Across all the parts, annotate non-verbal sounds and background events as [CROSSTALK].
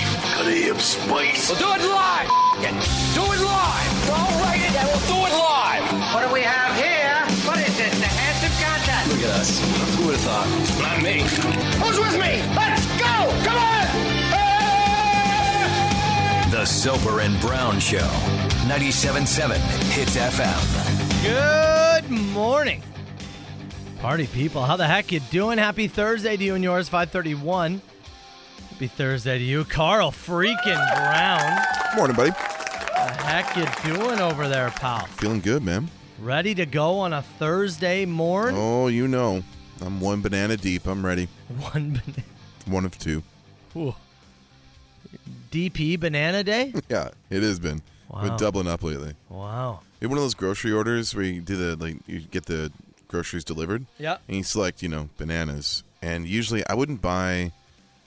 sea of space. We'll do it live. F- it. Do it live. I'll write it and we'll do it live. What do we have here? What is this? The handsome contest. Look at us. Who would have thought? Not me. Who's with me? Let's go! Come on! The Soper and Brown Show. 97.7 Hits FM. Good morning. Party people, how the heck you doing? Happy Thursday to you and yours, 531. Happy Thursday to you. Carl freaking Brown. Morning, buddy. The heck you doing over there, pal? Feeling good, man. Ready to go on a Thursday morn? Oh, you know, I'm one banana deep. I'm ready. [LAUGHS] One banana. One of two. [LAUGHS] Ooh. DP Banana Day? Yeah, it has been. Wow. Been doubling up lately. Wow. It's one of those grocery orders where you do the like you get the groceries delivered. Yeah. And you select, you know, bananas. And usually, I wouldn't buy,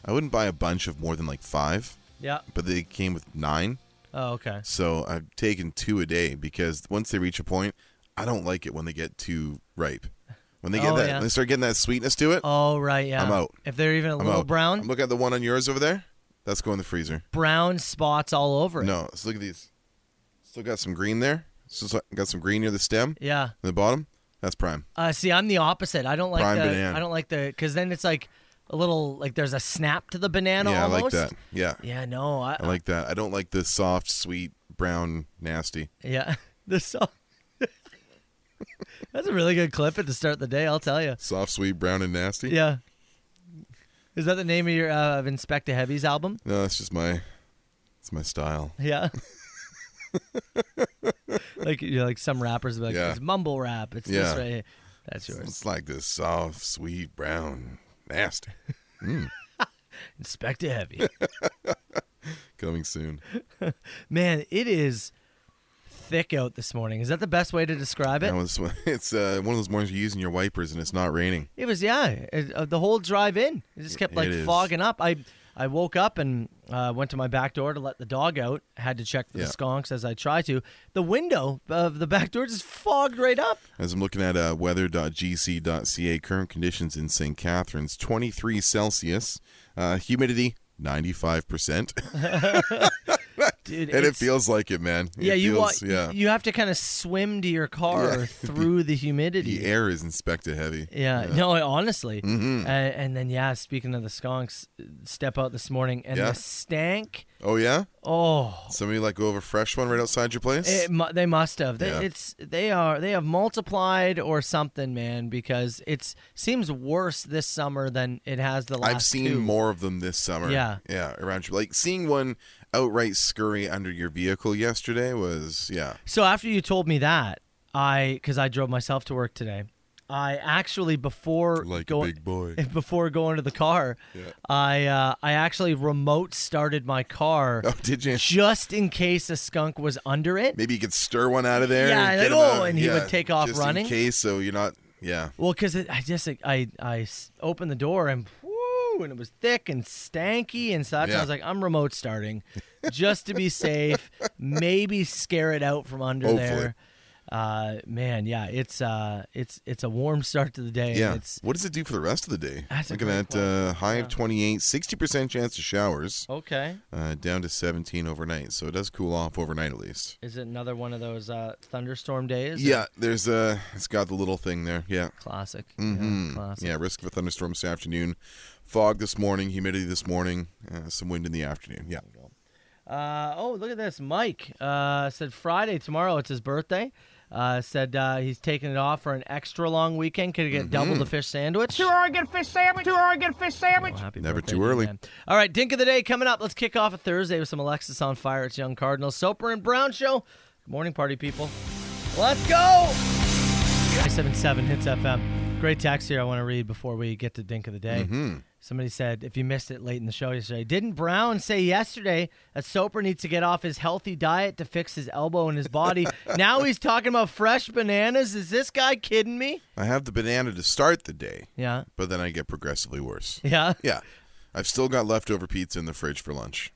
I wouldn't buy a bunch of more than like five, Yeah. but they came with nine. Oh, okay. So I've taken two a day because once they reach a point, I don't like it when they get too ripe. When they get Oh, that, yeah. when they start getting that sweetness to it. Oh, right, yeah. I'm out. If they're even a I'm little out. brown, I'm looking at the one on yours over there. That's going in the freezer. brown spots all over it. No, let's look at these. Still got some green there. Still got some green near the stem, Yeah. the bottom. That's prime. Uh, see, I'm the opposite. I don't like Prime the. banana. I don't like the because then it's like a little like there's a snap to the banana. yeah, almost. I like that. Yeah, Yeah, no, I, I like that. I don't like the soft, sweet, brown, nasty. yeah. [LAUGHS] The song. That's a really good clip at the start of the day. I'll tell you. Soft, sweet, brown, and nasty. Yeah. Is that the name of your uh, of Inspector Heavy's album? No, that's just my, it's my style. Yeah. [LAUGHS] like you know, like some rappers be like Yeah. it's mumble rap. It's this Yeah. right here. That's yours. It's like this soft, sweet, brown, nasty. [LAUGHS] Inspector Heavy. Coming soon. Man, it is thick out this morning. Is that the best way to describe it? That was [LAUGHS] it's uh, one of those mornings you're using your wipers and it's not raining. It was yeah. It, uh, the whole drive in, it just kept like It is. fogging up. I I woke up and uh, went to my back door to let the dog out. Had to check for Yeah. the skunks as I try to. The window of the back door just fogged right up. As I'm looking at uh, weather.gc.ca, current conditions in St. Catharines 23 Celsius, uh, humidity 95%. Dude, [LAUGHS] and it it's- feels like it, man. It yeah. you feels, want yeah. you have to kind of swim to your car Yeah. [LAUGHS] or through the humidity. the air is inspected heavy. Yeah, no, honestly. Mm-hmm. Uh, and then, yeah, speaking of the skunks, step out this morning and Yeah. the stank. Oh, yeah? Oh, Somebody let go of a fresh one right outside your place? It, mu- they must have. They, Yeah. It's they are they have multiplied or something, man. Because it's seems worse this summer than it has the last. I've seen two. more of them this summer. Yeah. Yeah, around you. Like seeing one outright scurry under your vehicle yesterday was, yeah. So after you told me that, I because I drove myself to work today. I actually before Like go- a big boy. [LAUGHS] before going to the car, I uh, I actually remote started my car Oh, did you? just in case a skunk was under it. Maybe you could stir one out of there. Yeah, and like, get him oh, out. and he would Yeah, take off just running. In case, so you're not, yeah. Well, because I just I I s- opened the door and woo, and it was thick and stanky, and so that's when I Yeah. was like, I'm remote starting, just to [LAUGHS] be safe, maybe scare it out from under Hopefully. there. Uh, man, yeah, it's uh, it's it's a warm start to the day. and Yeah. it's what does it do for the rest of the day? That's a Look at great that uh, high of 28, 60% chance of Oh. showers, okay. uh, down to 17 overnight. So it does cool off overnight at least. Is it another one of those uh, thunderstorm days? yeah, there's uh it's got the little thing there. Yeah. Classic. Yeah, Mhm. classic. Yeah, risk of a thunderstorm this afternoon. Fog this morning, humidity this morning, uh, some wind in the afternoon. Yeah. Uh, oh, look at this. Mike uh, said Friday, tomorrow, it's his birthday. Uh, said uh, he's taking it off for an extra long weekend. Could Mm-hmm. get double the fish sandwich. Two Oregon fish sandwich. Two Oregon fish sandwich. Oh, happy Never birthday too to you, early. man. All right, Dink of the Day coming up. Let's kick off a Thursday with some Alexis on Fire. It's Young Cardinals. Soper and Brown Show. Good morning, party people. Let's go. 977 Hits FM. Great text here I want to read before we get to Dink of the Day. Mm-hmm. Somebody said, if you missed it late in the show yesterday, didn't Brown say yesterday that Soper needs to get off his healthy diet to fix his elbow and his [LAUGHS] body? now he's talking about fresh bananas. Is this guy kidding me? I have the banana to start the day, Yeah. but then I get [LAUGHS] progressively worse. Yeah. Yeah. I've still got leftover pizza in the fridge for lunch.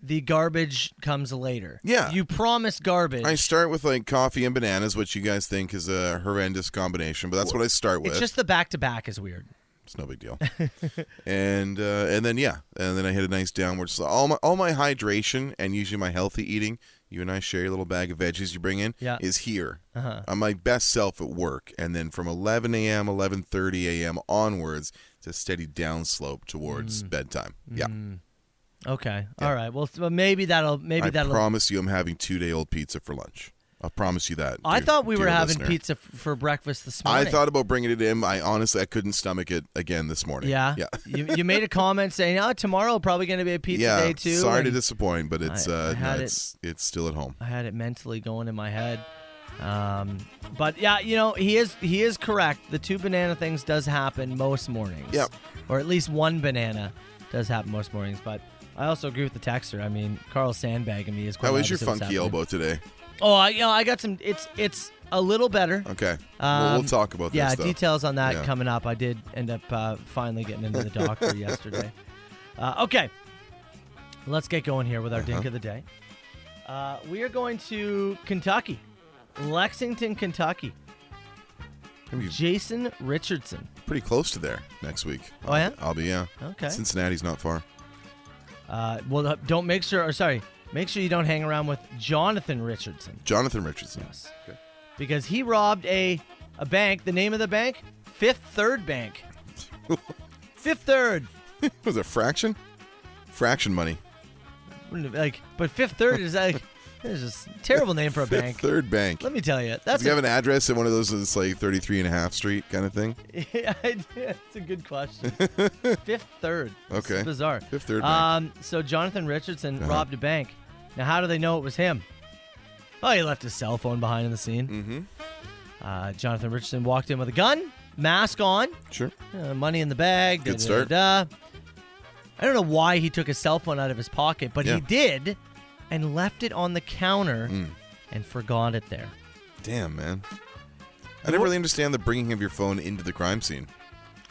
the garbage comes later. Yeah. You promised garbage. I start with like coffee and bananas, which you guys think is a horrendous combination, but that's what I start with. it's just the back to back is weird. It's no [LAUGHS] big deal. and uh, and then yeah, and then I hit a nice downward slope. All my all my hydration and usually my healthy eating. You and I share your little bag of veggies you bring in. Yeah. Uh-huh. is here. I'm my best self at work, and then from 11 a.m. 11:30 a.m. onwards, it's a steady downslope towards Mm. bedtime. Yeah, Okay. All right. Well, th- well, maybe that'll maybe I that'll. promise you, I'm having two day old pizza for lunch. I promise you that. I dear- thought we dear were having listener. pizza f- for breakfast this I morning. thought about bringing it in. I honestly, I couldn't stomach it again this morning. Yeah. [LAUGHS] yeah. you, you made a comment saying, "Oh, tomorrow probably going to be a pizza yeah, day too." Sorry to and disappoint, but it's I- I uh, no, had it- it's it's still at home. I had it mentally going in my head. Um, but yeah, you know, he is he is correct. The two banana things does happen most mornings. Yep. Or at least one banana does happen most mornings. But I also agree with the texter. I mean, Carl sandbagging me is quite. How Oh, is your obviously what's funky happening. elbow today? Oh, I, you know, I got some. It's it's a little better. Okay, well, we'll Um, talk about yeah, this. though. details on that Yeah. coming up. I did end up uh, finally getting into the [LAUGHS] doctor yesterday. Uh, okay, let's get going here with our dink Uh-huh. of the day. Uh, we are going to Kentucky, Lexington, Kentucky. Gonna be Jason Richardson. pretty close to there next week. Oh, yeah? I'll be yeah. Okay. Cincinnati's not far. Uh, well, uh, don't make sure. Or sorry, make sure you don't hang around with Jonathan Richardson. Jonathan Richardson. Yes. Because he robbed a a bank. The name of the bank? Fifth Third [LAUGHS] Bank. Fifth Third. Was it fraction? Fraction money. Wouldn't it- like, but Fifth Third is like, this is a terrible name for a Fifth bank. Third Bank. Let me tell you, Does that's he have a, an address in one of those that's like 33 and a half street kind of thing? Yeah, that's a good [LAUGHS] question. Fifth Third. This is Okay. bizarre. Fifth Third Bank. Um, so Jonathan Richardson Uh-huh. robbed a bank. Now, how do they know it was him? Oh, he left his cell phone behind in the scene. Mm-hmm. Uh, Jonathan Richardson walked in with a gun, mask on, Sure. uh, money in the bag. Good da, da, start. da, da. I don't know why he took his cell phone out of his pocket, but Yeah. Mm. he did, and left it on the counter and forgot it there. Damn, man. I never really understand the bringing of your phone into the crime scene.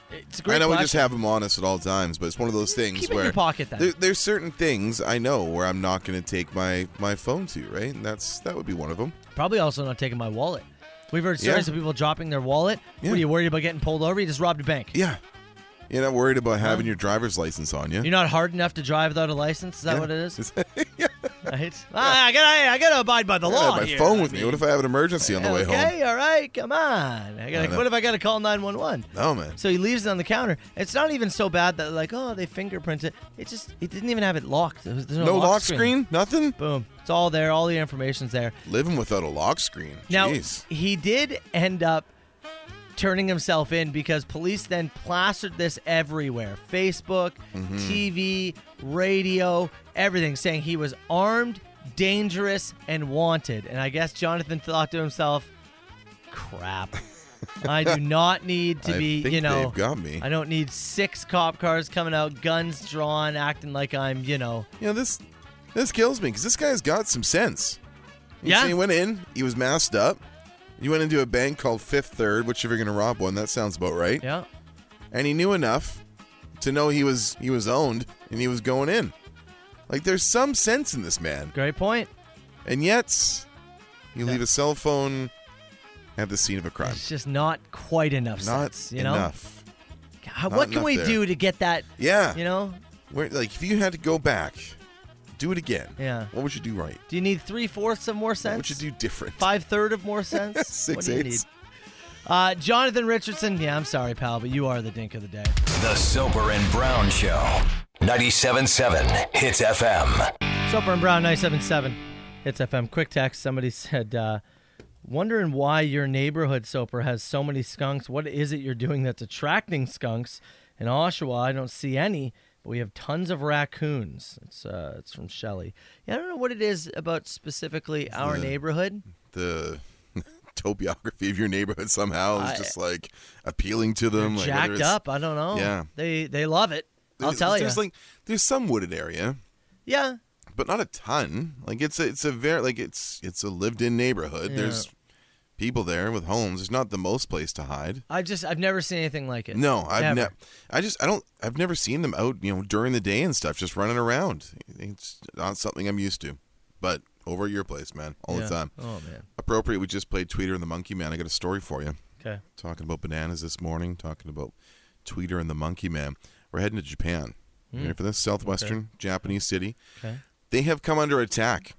It's a great. I know we question. just have them on us at all times, but it's one of those things Keep it in where your pocket then. There, there's certain things I know where I'm not going to take my my phone to, right? And that's that would be one of them. Probably also not taking my wallet. We've heard Yeah. stories of people dropping their wallet. Yeah. What are you worried about getting pulled over? You just robbed a bank. Yeah, you're not worried about having your driver's license on you. You're not hard enough to drive without a license. Is that Yeah. what it [LAUGHS] is? Right? Ah, I gotta, I gotta abide by the I law. have my here. phone with me. What if I have an emergency on the way home? Okay, all right, come on. I gotta, know. what if I gotta call 911? No, man. So he leaves it on the counter. It's not even so bad that like, oh, they fingerprint it. It just, it didn't even have it locked. There was- there's no, No lock, lock screen? Nothing? Boom. It's all there. All the information's there. Living without a lock screen. Now Jeez. he did end up turning himself in because police then plastered this everywhere: Facebook, Mm-hmm. TV, radio, everything, saying he was armed, dangerous, and wanted. And I guess Jonathan thought to himself, "Crap." I [LAUGHS] do not need to I be, think you know. they've got me. I don't need six cop cars coming out, guns drawn, acting like I'm, you know. You know this this kills me because this guy's got some sense. You Yeah. see, he went in. He was masked up. He went into a bank called Fifth Third, which if you're going to rob one, that sounds about right. Yeah. and he knew enough to know he was he was owned and he was going in. Like there's some sense in this man, Great point. and yet you leave a cell phone at the scene of a crime. It's just not quite enough Not sense, you know? enough. God, Not what can enough we there. do to get that? Yeah, You know, Where, like if you had to go back, do it again. Yeah. What would you do right? do you need three fourths of more sense? What would you do different? Five third of [LAUGHS] more sense? Six what do you eighths. need? Uh, Jonathan Richardson. Yeah, I'm sorry, pal, but you are the dink of the day. The Soper and Brown Show. 97.7 Hits FM. Soper and Brown 977. It's FM. Quick text. Somebody said, uh, wondering why your neighborhood Soper has so many skunks. What is it you're doing that's attracting skunks? In Oshawa, I don't see any, but we have tons of raccoons. It's uh, it's from Shelley. Yeah, I don't know what it is about specifically our neighborhood. the [LAUGHS] topiography of your neighborhood somehow is I- just like appealing to them. like, whether jacked it's- up. I don't know. Yeah. they they love it. I'll there's- tell you. There's like there's some wooded area. yeah, but not a ton. Like it's a, it's a very like it's it's a lived in neighborhood. Yeah. There's people there with homes. There's not the most place to hide. I just I've never seen anything like it. No, I've Never. never. I just I don't. I've never seen them out. You know, during the day and stuff, just running around. It's not something I'm used to. But over at your place, man, all Yeah. the time. Oh man. Appropriate. We just played Tweeter and the Monkey Man. I got a story for you. Okay. Talking about bananas this morning. Talking about Tweeter and the Monkey Man. We're heading to Japan. Hmm. You ready for this? Southwestern Japanese city. Okay. They have come under attack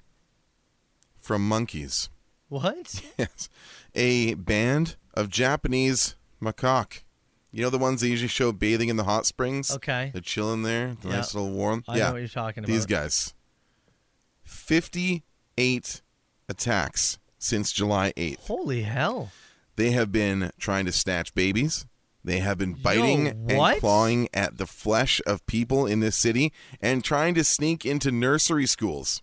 from monkeys. [LAUGHS] What? Yes. A band of Japanese macaque. You know the ones they usually show bathing in the hot springs? Okay. They're chilling there, the nice Yeah. little warm. I know yeah. what you're talking These about. guys. 58 attacks since July 8th. Holy hell. They have been trying to snatch babies. They have been biting what? and clawing at the flesh of people in this city and trying to sneak into nursery schools.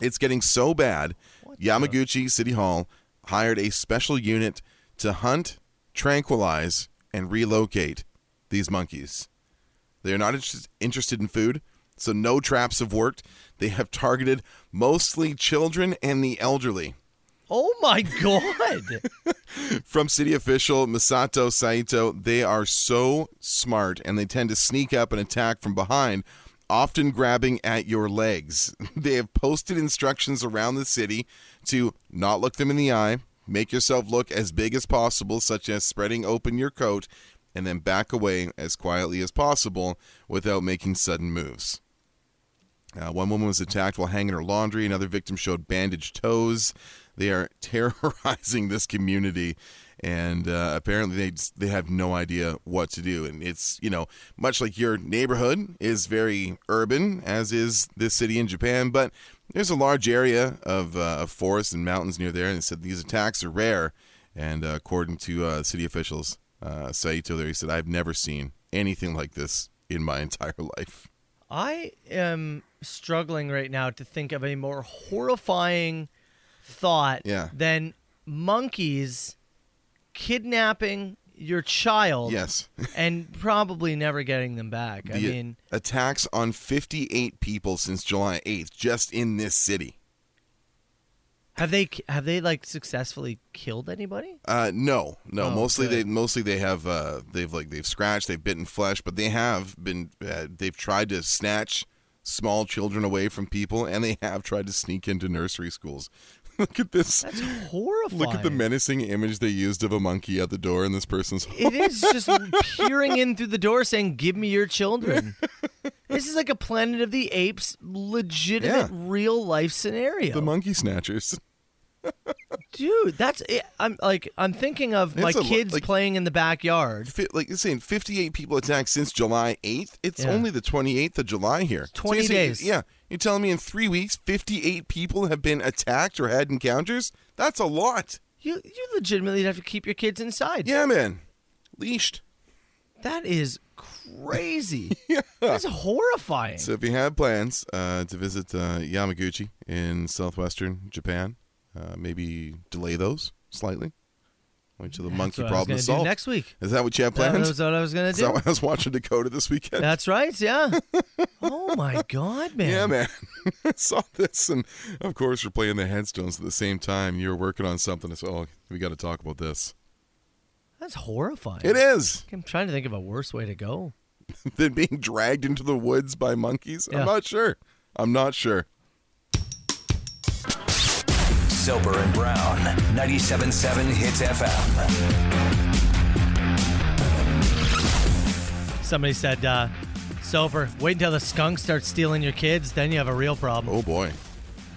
It's getting so bad. Yamaguchi City Hall hired a special unit to hunt, tranquilize, and relocate these monkeys. They are not inter- interested in food, so no traps have worked. They have targeted mostly children and the elderly. Oh my god. [LAUGHS] From city official Misato Saito, they are so smart and they tend to sneak up and attack from behind, often grabbing at your legs. [LAUGHS] They have posted instructions around the city to not look them in the eye, make yourself look as big as possible, such as spreading open your coat, and then back away as quietly as possible without making sudden moves. Uh, one woman was attacked while hanging her laundry. Another victim showed bandaged toes. They are [LAUGHS] terrorizing this community, and uh, apparently they just, they have no idea what to do. And it's you know much like your neighborhood is very urban, as is this city in Japan. But there's a large area of, uh, of forests and mountains near there, and it said these attacks are rare. And uh, according to uh, city officials, uh, Saito there, he said, "I've never seen anything like this in my [LAUGHS] entire life." I am struggling right now to think of a more horrifying thought Yeah. than monkeys kidnapping your child Yes. [LAUGHS] and probably never getting them back. I the mean, attacks on 58 people since July 8th, just in this city. have they have they like successfully killed anybody? Uh, no, no. Oh, mostly good. they mostly they have uh, they've like they've scratched, they've bitten flesh, but they have been uh, they've tried to snatch small children away from people, and they have tried to sneak into nursery schools. [LAUGHS] Look at this. [GASPS] That's horrifying. Look at the menacing image they used of a monkey at the door in this person's home. It is just peering in through the door saying, Give me your [LAUGHS] children. This is like a Planet of the Apes legitimate Yeah. real life scenario. The monkey snatchers. [LAUGHS] Dude, that's it. I'm like I'm thinking of It's my a lo- kids like- playing in the backyard. Fi- Like you're saying, 58 people attacked since July 8th. It's Yeah. only the 28th of July here. 20 you're saying- days. Yeah. You're telling me in three weeks, 58 people have been attacked or had encounters? That's a lot. You you legitimately have to keep your kids inside. Yeah, man. Leashed. That is [LAUGHS] crazy. That's horrifying. So if you have plans uh, to visit uh, Yamaguchi in southwestern Japan, uh, maybe delay those slightly. Wait till the monkey what I was problem gonna is do solved. next week. Is that what you have That planned? was what I was gonna is that do. why I was watching Dakota this weekend? That's right, [LAUGHS] yeah. oh my god, man. Yeah, man. [LAUGHS] I saw this, and of course, we're playing the headstones at the same time. You're working on something. It's, oh, we got to talk about this. That's horrifying. It is. [LAUGHS] I'm trying to think of a worse way to go. Than being dragged into the woods by monkeys. Yeah. I'm not sure. I'm not sure. Sober and Brown, 97.7 Hits FM. Somebody said, uh, sober, wait until the skunk starts stealing your kids, then you have a real problem. Oh boy.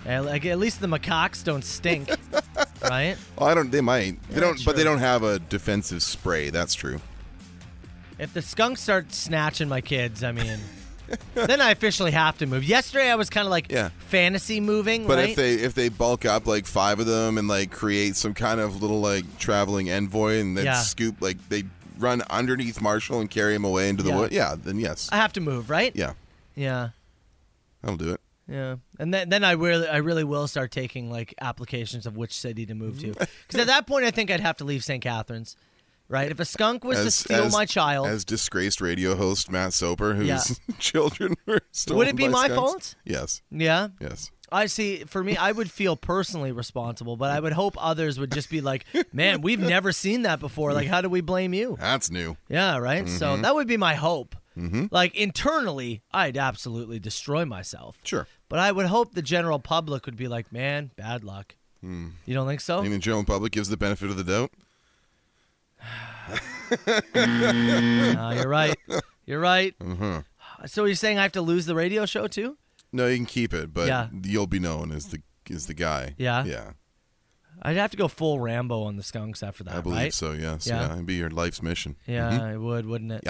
Eh, like, at least the macaques don't [LAUGHS] stink. right? Oh, I don't. They might. They don't. sure. But they don't have a defensive spray. That's true. If the skunks start snatching my kids, I mean, then I officially have to move. Yesterday I was kind of like Yeah. fantasy moving, But right? if they if they bulk up like five of them and like create some kind of little like traveling envoy and then Yeah. scoop like they run underneath Marshall and carry him away into the Yeah. wood. Yeah. Then yes. I have to move, right? yeah. yeah, I'll do it. yeah. And then then I really I really will start taking like applications of which city to move Mm-hmm. to, because at that point I think I'd have to leave St. Catharines, right? If a skunk was to steal my child, As disgraced radio host Matt Soper, whose Yeah. [LAUGHS] children were stolen. Would it be by my skunks. fault? Yes, yeah, yes. I see. For me, I would feel personally responsible, but I would hope others would just be like, "Man, we've never seen that before. Like, how do we blame you?" That's new. Yeah, right. So Mm-hmm. that would be my hope. Like internally, I'd absolutely destroy myself. Sure. But I would hope the general public would be like, "Man, bad luck." Hmm. You don't think so? I mean, the general public gives the benefit of the doubt. Uh, you're [LAUGHS] right. You're right. Mm-hmm. So you're saying I have to lose the radio show too? No, you can keep it, but Yeah. you'll be known as the as the guy. Yeah? Yeah. I'd have to go full Rambo on the skunks after that, I believe right? so, Mm-hmm. yes. Yeah. Yeah. It'd be your life's mission. Yeah, it would, wouldn't it?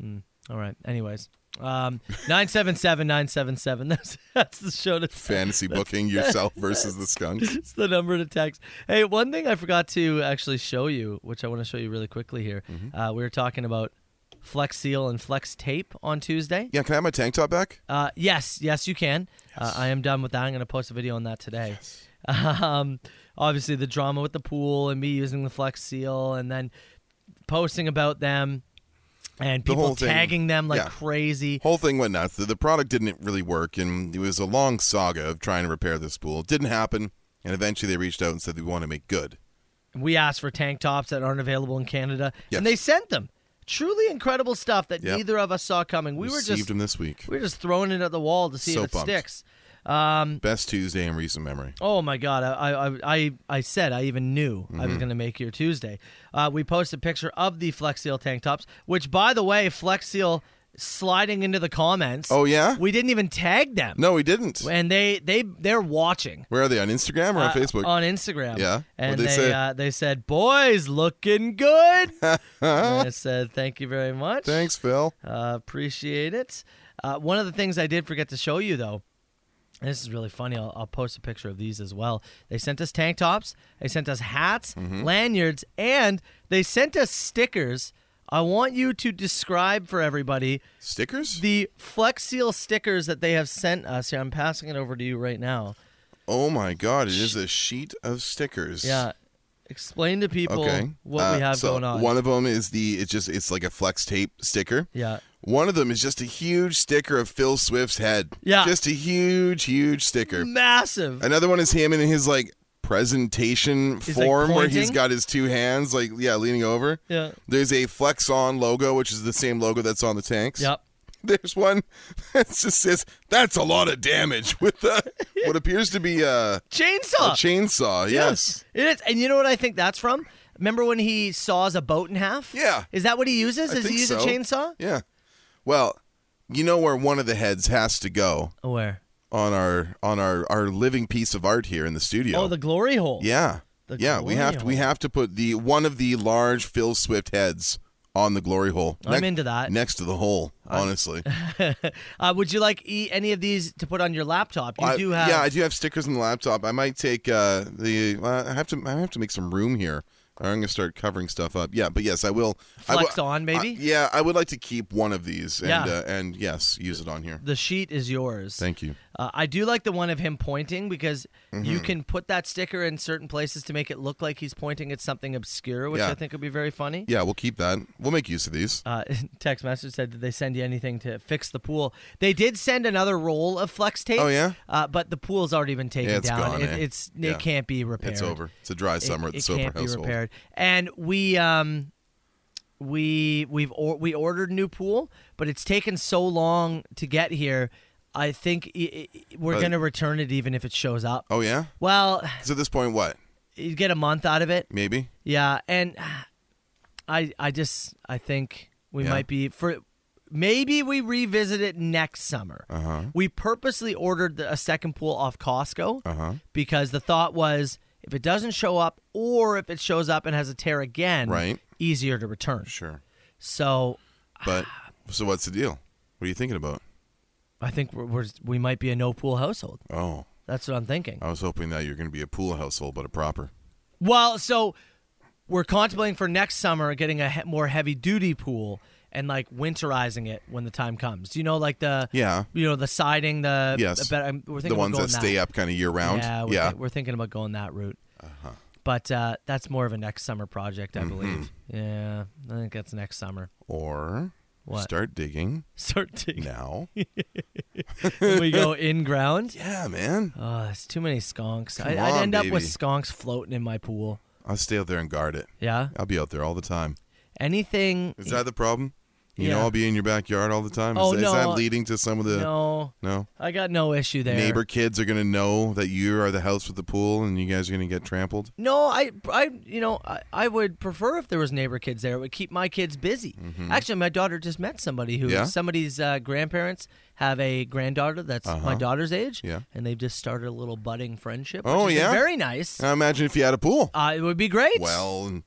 Hmm. Yeah. All right. Anyways, um, [LAUGHS] nine seven seven nine seven seven. That's that's the show to [LAUGHS] Fantasy booking yourself versus the skunks. It's the number to text. Hey, one thing I forgot to actually show you, which I want to show you really quickly here. Mm-hmm. Uh, we were talking about Flex Seal and Flex Tape on Tuesday. Yeah, can I have my tank top back? Uh, yes, yes, you can. Uh, I am done with that. I'm going to post a video on that today. [LAUGHS] Um, obviously, the drama with the pool and me using the Flex Seal and then posting about them and The people whole thing. tagging them like Yeah. crazy. Whole thing went nuts. The, the product didn't really work, and it was a long saga of trying to repair this pool. It didn't happen, and eventually they reached out and said they want to make good. we asked for tank tops that aren't available in Canada, Yes. and they sent them. Truly incredible stuff that Yep. neither of us saw coming. We were Received just them this week. we were just throwing it at the wall to see So if it pumped. sticks. Best Tuesday in recent memory. Oh my God! I I I, I said I even knew I Mm-hmm. was going to make your Tuesday. Uh, we posted a picture of the Flex Seal tank tops, which by the way, Flex Seal sliding into the comments. Oh, yeah? we didn't even tag them. No, we didn't. and they they they're watching. Where are they on Instagram or on uh, Facebook? on Instagram. Yeah? and What'd they they say? Uh, they said, "Boys, looking [LAUGHS] good." and I said, "Thank you very much. Thanks, Phil. uh, appreciate it." Uh, one of the things I did forget to show you though. and This is really funny. I'll, I'll post a picture of these as well. They sent us tank tops. They sent us hats, Mm-hmm. lanyards, and they sent us stickers. I want you to describe for everybody Stickers? the Flex Seal stickers that they have sent us. Here, I'm passing it over to you right now. oh my God! It is a sheet of stickers. Yeah. Explain to people Okay. what Uh, we have so going on. One of them is the it's just it's like a flex tape sticker. yeah. One of them is just a huge sticker of Phil Swift's head. Yeah. Just a huge, huge sticker. Massive. Another one is him in his like presentation He's, like, form where he's pointing? got his two hands like yeah leaning over. Yeah. There's a Flex On logo, which is the same logo that's on the tanks. Yep. [LAUGHS] There's one that just says that's a lot of damage [LAUGHS] with a, what appears to be a, a Chainsaw. chainsaw. Yes. It is. And you know what I think that's from? Remember when he saws a boat in half? Yeah. Is that what he uses? I Does he think use a so. chainsaw? Yeah. Well, you know where one of the heads has to go Oh, where? on our on our our living piece of art here in the studio. Oh, the glory hole. yeah. The yeah, we have to glory we hole. have to put the one of the large Phil Swift heads on the glory hole. I'm into that. Next to the hole, [LAUGHS] honestly. Uh, would you like e- any of these to put on your laptop? You I- do have. Yeah, I do have stickers on the laptop. I might take uh the well, I have to I have to make some room here. Or I'm going to start covering stuff up. Yeah, but yes, I will. I Flex will- on, maybe? I- yeah, I would like to keep one of these and Yeah. uh, and yes, use it on here. the sheet is yours. Thank Mm-hmm. you. Uh, I do like the one of him pointing because you can put that sticker in certain places to make it look like he's pointing at something obscure, which Yeah. I think would be very funny. Yeah, we'll keep that. We'll make use of these. Uh, [LAUGHS] text message said, "Did they send you anything to fix the pool?" They did send another roll of flex tape. Oh, yeah? uh, but the pool's already been taken Yeah, it's down. gone, it, eh? It's it Yeah. can't be repaired. It's over. It's a dry It, summer at it the Soper can't be household. repaired. And we um, we we've or, we ordered a new pool, but it's taken so long to get here. I think i i we're But- going to return it even if it shows up. Oh yeah. Well, So at this point, what? you get a month out of it. Maybe. Yeah, and [SIGHS] I I just I think we Yeah. might be for maybe we revisit it next summer. Uh-huh. We purposely ordered the, a second pool off Costco uh-huh. because the thought was if it doesn't show up or if it shows up and has a tear again, Right. easier to return. Sure. So But so what's the deal? What are you thinking about? I think we're, we're we might be a no pool household. Oh, That's what I'm thinking. I was hoping that you're going to be a pool household, but a proper. Well, so we're contemplating for next summer getting a he- more heavy duty pool and like winterizing it when the time comes. Do you know like the Yeah. you know the siding the Yes. the, bet- I'm- we're thinking the about ones going that stay up kind of year round. Yeah, we're, thi- we're thinking about going that route. Uh-huh. But uh, that's more of a next summer project, I Mm-hmm. believe. Yeah, I think that's next summer. [LAUGHS] Or What? start [LAUGHS] digging Start digging. now. when we go in [LAUGHS] ground. yeah, man. Oh, it's too many skunks. I, Come I'd on, end up with baby. skunks floating in my pool. I'll stay out there and guard it. Yeah. I'll be out there all the time. Anything Is that the problem? You Yeah. know, I'll be in your backyard all the time. Oh, is, is no, that I- leading to some of the No, no? I got no issue there. Neighbor kids are gonna know that you are the house with the pool, and you guys are gonna get trampled. No, I, I, you know, I, I would prefer if there was neighbor kids there. It would keep my kids busy. Actually, my daughter just met somebody who Mm-hmm. Yeah? somebody's uh, grandparents have a granddaughter that's my daughter's age. Uh-huh. Yeah. and they've just started a little budding friendship. Oh, which has been yeah? very nice. Now imagine if you had a pool. Uh, it would be great. Well, and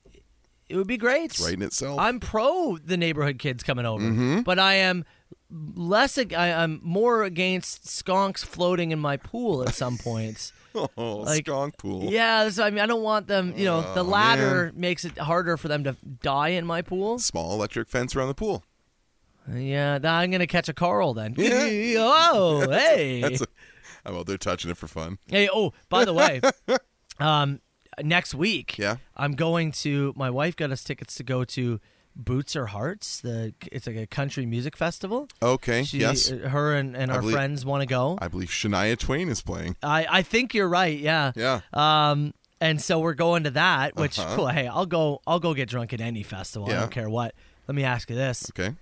it would be great. right in itself. Mm-hmm. I'm pro the neighborhood kids coming over, but I am less. ag- I, I'm more against skunks floating in my pool at some points. oh, like- strong pool. Yeah, so I mean, I don't want them. You know, the Oh, ladder makes it harder for them to die in my pool. Small electric fence around the pool. Yeah, then I'm gonna catch a Carl then. [LAUGHS] Yeah. oh, hey, [LAUGHS] That's a, I'm out there Oh, touching it for fun. hey. Oh, by the way, [LAUGHS] um, next week, Yeah. I'm going to. My wife got us tickets to go to Boots or Hearts. The it's like a country music festival. Okay. She, uh, yes. her and, and our believe- friends want to go. I believe Shania Twain is playing. I, I think you're right. Yeah. Yeah. Um, and so we're going to that, which Uh-huh. cool. Hey, I'll go. I'll go get drunk at any festival. I Yeah. don't care what. Let me ask you this: Okay.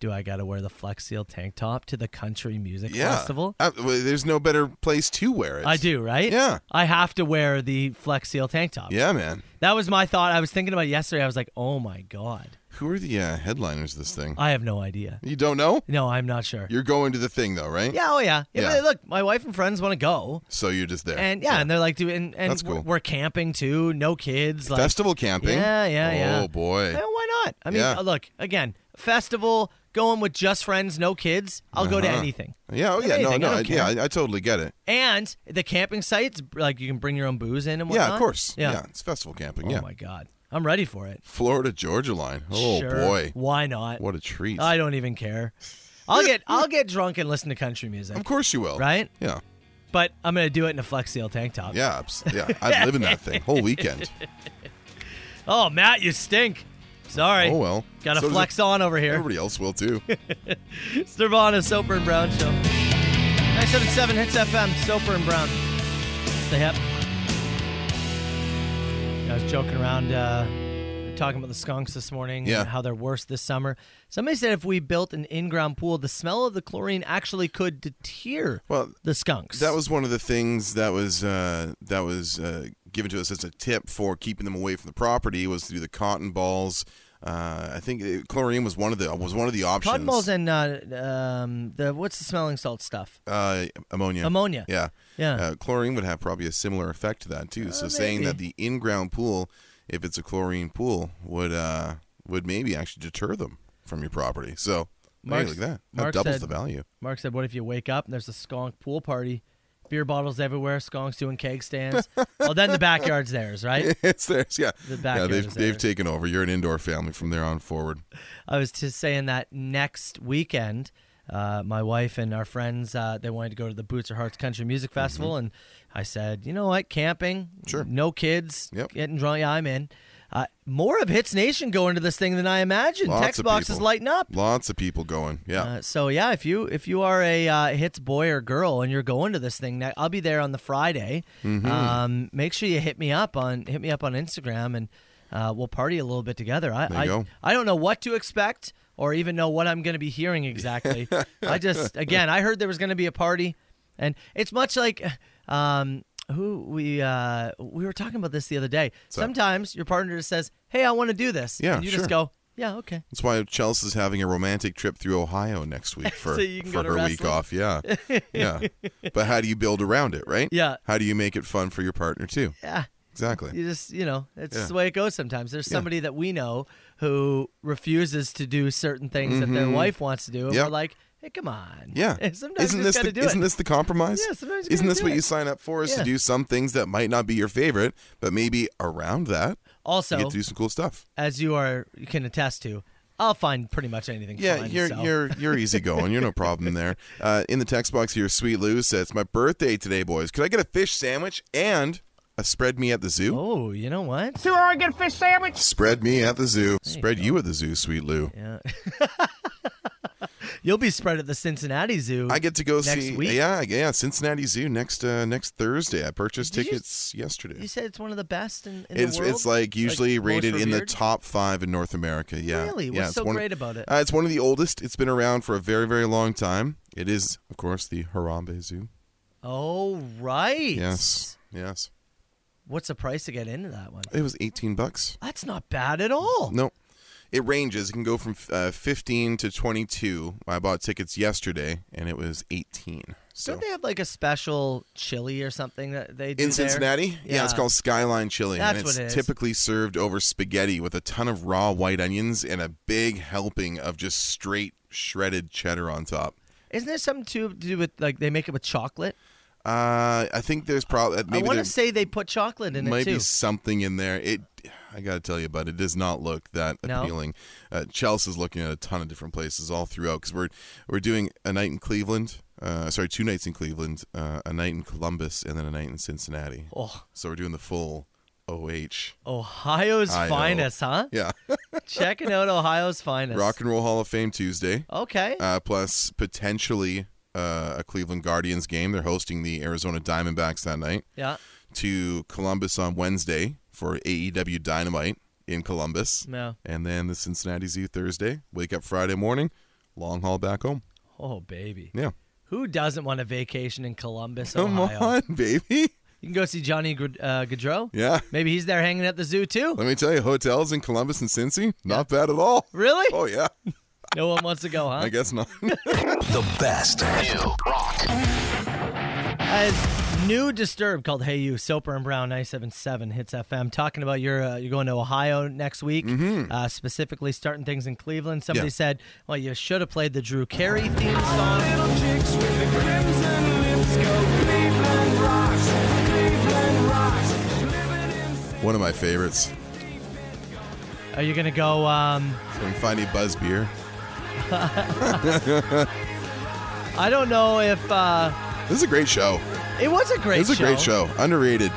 Do I got to wear the Flex Seal tank top to the country music Yeah. festival? Uh, well, there's no better place to wear it. I do, right? Yeah. I have to wear the Flex Seal tank top. Yeah, man. That was my thought. I was thinking about it yesterday. I was like, oh my god, Who are the uh, headliners of this thing? I have no idea. You don't know? No, I'm not sure. You're going to the thing though, right? yeah, oh yeah. yeah. Yeah. but Look, my wife and friends want to go, So you're just there. and yeah, and they're like, dude, and, and That's cool. we're, we're camping too. No kids. Like, Festival camping. Yeah, yeah, yeah. Oh boy. Eh, why not? I mean, Yeah. uh, look again. Festival going with just friends, no kids. I'll go to anything. Yeah, oh yeah, no, Anything, no, I I don't yeah, care. I, I totally get it. And the camping sites, like you can bring your own booze in and whatnot. Yeah, of course. Yeah, Yeah. it's festival camping. Oh yeah, my god, I'm ready for it. Florida Georgia line. Oh Sure. boy, why not? what a treat! I don't even care. I'll [LAUGHS] get I'll get drunk and listen to country music, of course you will. Right? Yeah, but I'm gonna do it in a Flex Seal tank top. yeah, abs- yeah. I'd live in that thing [LAUGHS] whole weekend. Oh, Matt, you stink. Sorry. Oh well, Got to So does flex on over here. Everybody else will too. It's Nirvana, Soper and Brown Show. 977 Hits FM, Soper and Brown. Stay up. I was joking around, uh, talking about the skunks this morning Yeah. and how they're worse this summer. Somebody said if we built an in ground pool, the smell of the chlorine actually could deter Well, the skunks. That was one of the things that was uh, that was uh, given to us as a tip for keeping them away from the property was to do the cotton balls. Uh, I think uh, chlorine was one of the was one of the options. Cotton balls and uh, um, the what's the smelling salt stuff? uh, ammonia. Ammonia. Yeah. Yeah. Uh, Uh, chlorine would have probably a similar effect to that too. so saying that the in-ground pool, if it's a chlorine pool, would uh, would maybe actually deter them from your property. So hey, Mark's- look at that. That Mark doubles said- the value. [LAUGHS] Mark said, "What if you wake up and there's a skunk pool party, beer bottles everywhere, skunks doing keg [LAUGHS] stands? well, then the backyard's theirs, right? it's theirs. Yeah. The yeah. backyard They've is they've theirs. taken over. You're an indoor family from there on forward. I was just saying that next weekend." Uh, my wife and our friends uh, they wanted to go to the Boots or Hearts Country Music Festival, and I said, you know what, camping, Mm-hmm. Sure. no kids, Yep. getting drunk, yeah, I'm in. Uh, more of Hits Nation going to this thing than I imagined. Lots Text of boxes people. lighting up. Lots of people going. Yeah. Uh, so yeah, if you if you are a uh, hits boy or girl and you're going to this thing, I'll be there on the Friday. Mm-hmm. Um, make sure you hit me up on hit me up on Instagram and uh, we'll party a little bit together. I There you I, go. I don't know what to expect or even know what I'm going to be hearing [LAUGHS] exactly. I just again I heard there was going to be a party, and it's much like. Um, who we uh we were talking about this the other day. Sometimes your partner just says, "Hey, I want to do this." Yeah, and you sure. just go, "Yeah, okay." That's why Chelsea's having a romantic trip through Ohio [LAUGHS] next week for, So you can go for to her week wrestling. [LAUGHS] off. Yeah. Yeah. but how do you build around it, right? Yeah. How do you make it fun for your partner, too? Yeah. Exactly. you just you know it's Yeah. the way it goes sometimes there's somebody that we know who refuses to do certain things that their wife wants to do and Mm-hmm. Yep. we're like hey come on Yeah. [LAUGHS] sometimes isn't you this just gotta the, do isn't it this the compromise? Yeah, sometimes you isn't gotta this do what it. you sign up for? Is to Yeah. do some things that might not be your favorite, but maybe around that you also get to do some cool stuff. as you are you can attest to i'll find pretty much anything Yeah, fun, you're so. you're [LAUGHS] you're easygoing. You're no problem there. Uh, in the text box here, Sweet Lou says, "It's my birthday today, boys. Could I get a fish sandwich and a spread me at the zoo?" oh you know what Do I get a fish sandwich? Spread me at the zoo. Spread you at the zoo, sweet Lou. yeah You'll be spread at the Cincinnati Zoo. I get to go next see. week? Yeah, yeah, Cincinnati Zoo next uh, next Thursday. I purchased Did you- tickets yesterday. You said it's one of the best in, in it's the world. it's like usually most rated in the revered? top five in North America. Yeah, Really? Yeah, What's it's so one- great about it? Uh, it's one of the oldest. It's been around for a very very long time. It is, of course, the Harambe Zoo. oh right. Yes, yes. What's the price to get into that one? It was eighteen bucks. That's not bad at all. No, it ranges. It can go from uh, fifteen to twenty two. I bought tickets yesterday, and it was eighteen. So Don't they have like a special chili or something that they do in there? Cincinnati, yeah. it's called Skyline Chili, That's and it's what it is. typically served over spaghetti with a ton of raw white onions and a big helping of just straight shredded cheddar on top. Isn't there something to to do with like they make it with chocolate? Uh, I think there's probably maybe I want there to say they put chocolate in might it too. be something in there. It, I gotta tell you about it. It does not look that No? appealing. Uh, Chelsea's looking at a ton of different places all throughout because we're we're doing a night in Cleveland. Uh, sorry, two nights in Cleveland, uh, a night in Columbus, and then a night in Cincinnati. Oh, So we're doing the full OH. Ohio's I know. finest, huh? [LAUGHS] Yeah. Checking out Ohio's finest. Rock and Roll Hall of Fame Tuesday, Okay. uh, plus potentially uh, a Cleveland Guardians game. They're hosting the Arizona Diamondbacks that night. yeah. To Columbus on Wednesday for AEW Dynamite in Columbus. No. And then the Cincinnati Zoo Thursday. Wake up Friday morning, long haul back home. Oh baby. Yeah. Who doesn't want a vacation in Columbus, Come Ohio? on, [LAUGHS] baby. You can go see Johnny Gr- uh, Gaudreau. Yeah. Maybe he's there hanging at the zoo too. Let me tell you, hotels in Columbus and Cincy, not bad at all. Really? Oh, yeah. No one wants to go, huh? I guess not. [LAUGHS] The best. As new disturb called Hey You, Soper and Brown 977 hits FM, talking about your uh, you're going to Ohio next week, uh, specifically starting things in Cleveland. Somebody Mm-hmm. Yeah. said, "Well, you should have played the Drew Carey theme song." One of my favorites. Are you gonna go? Um, From Finding Buzz Beer. I don't know if uh, This is a great show. it was a great. It was a great show. Underrated.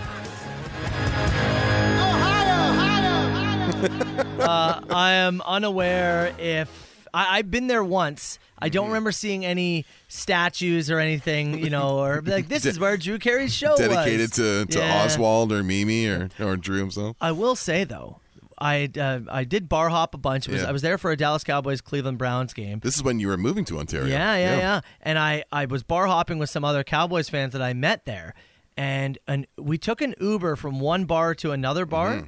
I am unaware if I, I've been there once. I Mm-hmm. don't remember seeing any statues or anything, you know, or like [LAUGHS] this is where Drew Carey's show was. dedicated to, to Yeah. Oswald or Mimi or, or Drew himself. I will say though, I uh, I did bar hop a bunch. It was, Yeah. I was there for a Dallas Cowboys Cleveland Browns game. This is when you were moving to Ontario. Yeah, yeah, yeah, And I I was bar hopping with some other Cowboys fans that I met there, and and we took an Uber from one bar to another bar, Mm-hmm.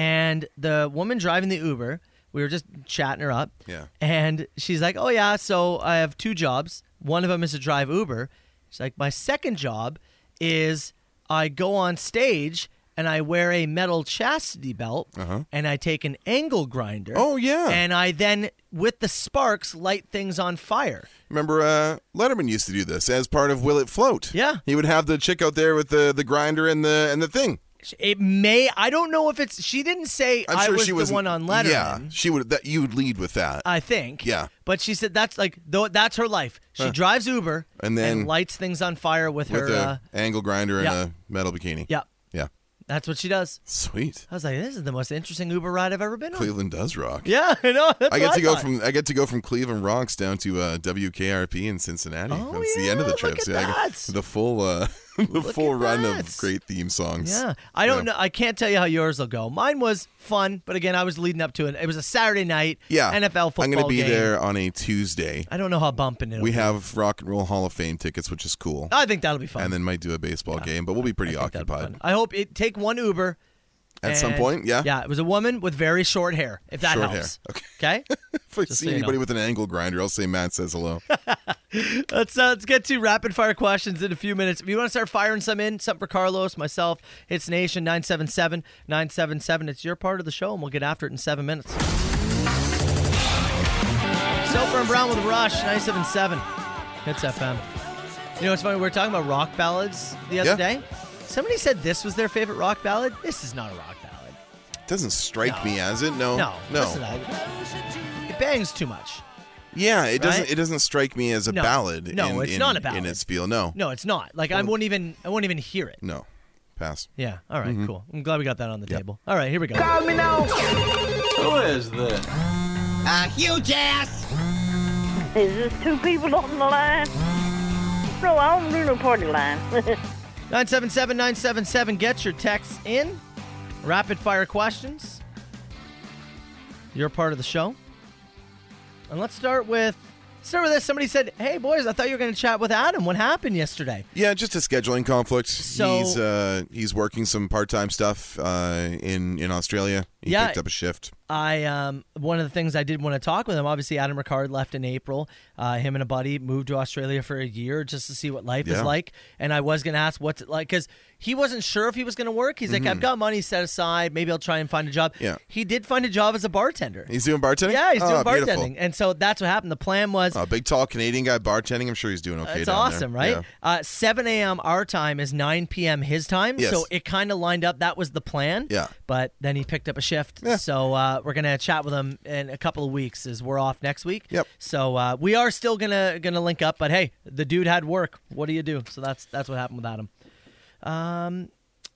and the woman driving the Uber, we were just chatting her up. Yeah. And she's like, "Oh yeah, so I have two jobs. One of them is to drive Uber." She's like, "My second job is I go on stage." And I wear a metal chastity belt, and I take an angle grinder. Uh-huh. Oh, yeah. And I then, with the sparks, light things on fire. Remember, uh, Letterman used to do this as part of Will It Float. Yeah. He would have the chick out there with the, the grinder and the and the thing. It may. I don't know if it's. She didn't say I'm I sure was she the was one on Letterman. Yeah, she would. That you would lead with that. I think. Yeah. But she said that's like though that's her life. She drives Uber And then- lights things on fire with, with her. a uh, angle grinder yeah. and a metal bikini. yeah, Yeah. that's what she does. Sweet. I was like, this is the most interesting Uber ride I've ever been on. Cleveland does rock. [LAUGHS] Yeah, I know. That's I get what to go thought. from I get to go from Cleveland rocks down to uh, WKRP in Cincinnati. Oh, That's the end of yeah, look the trip. at So I get that. the full uh, [LAUGHS] the at full run that. of great theme songs. Yeah, I don't Yeah. know. I can't tell you how yours will go. Mine was fun, but again, I was leading up to it. It was a Saturday night. Yeah. NFL football. I'm going to be game. there on a Tuesday. I don't know how bumping it. We have Rock and Roll Hall of Fame tickets, which is cool. I think that'll be fun. and then might do a baseball game, but we'll be pretty That'd be occupied fun. I hope it take one Uber. at some and- point. Yeah. Yeah, it was a woman with very short hair. If that Short helps. hair. [LAUGHS] Okay. If I Just see so you know. anybody with an angle grinder, I'll say Matt [LAUGHS] says hello. let's uh, let's get to rapid fire questions in a few minutes. If you want to start firing some in, something for Carlos, myself, it's Nation 977 977. It's your part of the show, and we'll get after it in seven minutes. Silver and Brown with Rush 977. Hits FM. You know what's funny? We were talking about rock ballads the other Yeah. day. Somebody said this was their favorite rock ballad. This is not a rock ballad. Doesn't strike me as it. No. No, Oh, No. listen, I, it bangs too much. yeah, it doesn't. Right? It doesn't strike me as a No. ballad. No, in, it's in- not a in ballad. its feel. No. No, it's not. Like I won't even I won't even hear it. No. Pass. Yeah. All right, Cool. I'm glad we got that on the table. All right. Here we go. A huge ass! Is this two people on the line? No, I don't do no party line. [LAUGHS] 977 977. Get your texts in. Rapid fire questions. You're part of the show. And let's start with let's start with this. Somebody said, "Hey boys, I thought you were going to chat with Adam. What happened yesterday?" Yeah, just a scheduling conflict. So- he's uh, he's working some part time stuff uh, in in Australia. He Yeah. picked up a shift. I um one of the things I did want to talk with him. Obviously, Adam Ricard left in April. Uh, him and a buddy moved to Australia for a year just to see what life is Yeah. like. And I was gonna ask what's it like because he wasn't sure if he was gonna work. He's like, I've got money set aside. Maybe I'll try and find a job. Mm-hmm. Yeah. He did find a job as a bartender. He's doing bartending. yeah, he's doing Oh, bartending, beautiful. and so that's what happened. The plan was A big tall Canadian guy bartending. I'm sure he's doing okay. That's down there. awesome, right? Yeah. Uh, 7 a.m. our time is 9 p.m. his time. Yes. So it kind of lined up. That was the plan. Yeah. But then he picked up a shift. Yeah. So uh, we're going to chat with him in a couple of weeks as we're off next week. Yep. So uh, we are still going to gonna link up. But hey, the dude had work. What do you do? So that's that's what happened with Adam. Um,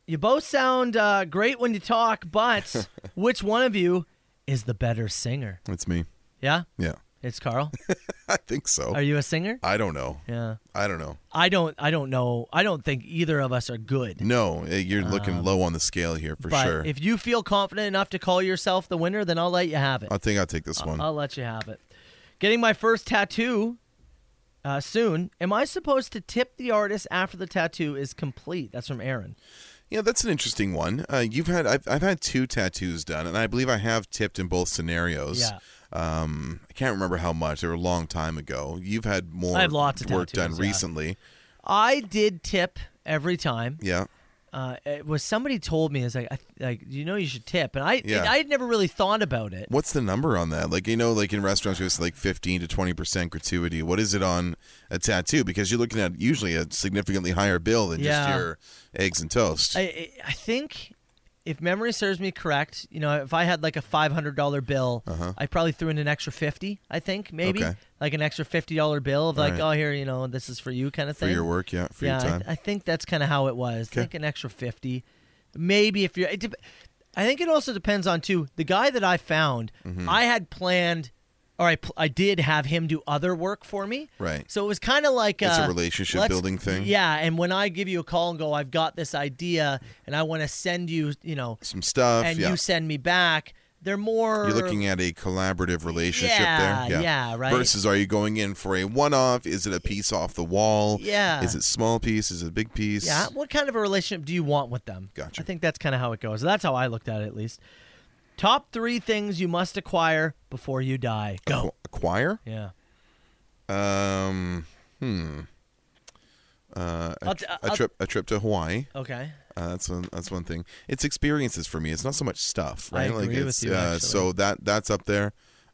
you both sound uh, great when you talk, [LAUGHS] but which one of you is the better singer? That's me. Yeah? Yeah, [LAUGHS] It's Carl. I think so. Are you a singer? I don't know. Yeah. I don't know. I don't I don't know. I don't think either of us are good. No, eh, you're looking low on the scale here for Um, but sure. if you feel confident enough to call yourself the winner, then I'll let you have it. I think I'll take this one. I'll let you have it. Getting my first tattoo uh, soon. Am I supposed to tip the artist after the tattoo is complete? That's from Aaron. Yeah, that's an interesting one. Uh, you've had I've, I've had two tattoos done, and I believe I have tipped in both scenarios. Yeah. Um, I can't remember how much. They were a long time ago. You've had more. I have lots of work done tattoos, yeah. recently. I did tip every time. Yeah. Uh, it was somebody told me is like I, like you know you should tip, and I Yeah. I had never really thought about it. What's the number on that? Like you know, like in restaurants, it's like fifteen to twenty percent gratuity. What is it on a tattoo? Because you're looking at usually a significantly higher bill than Yeah. just your eggs and toast. I I- I think if memory serves me correct, you know, if I had like a five hundred dollar bill, I probably threw in an extra fifty. I think maybe Uh-huh. Okay. like an extra fifty dollar bill of like, Right. oh here, you know, this is for you kind of for thing. your work, yeah, for yeah, your I- time. I, think that's kind of how it was. I think an extra fifty, maybe if you're. It dep I think it also depends on too the guy that I found. Mm-hmm. I had planned. Or I, pl- I did have him do other work for me. Right. So it was kind of like It's a uh, relationship let's- building thing. Yeah. And when I give you a call and go, I've got this idea and I want to send you, you know, Some stuff. and yeah. you send me back, they're more. You're looking at a collaborative relationship Yeah, there. yeah, right. Versus are you going in for a one off? Is it a piece off the wall? Yeah. Is it small piece? Is it a big piece? Yeah. What kind of a relationship do you want with them? Gotcha. I think that's kind of how it goes. That's how I looked at it, at least. Top three things you must acquire before you die. Go. Qu- Acquire? Yeah. Um hmm. Uh, a, I'll tr- t- a I'll- trip a trip to Hawaii. Okay. Uh, that's one that's one thing. It's experiences for me. It's not so much stuff, I right? like agree with it's you, uh, actually. so that that's up there.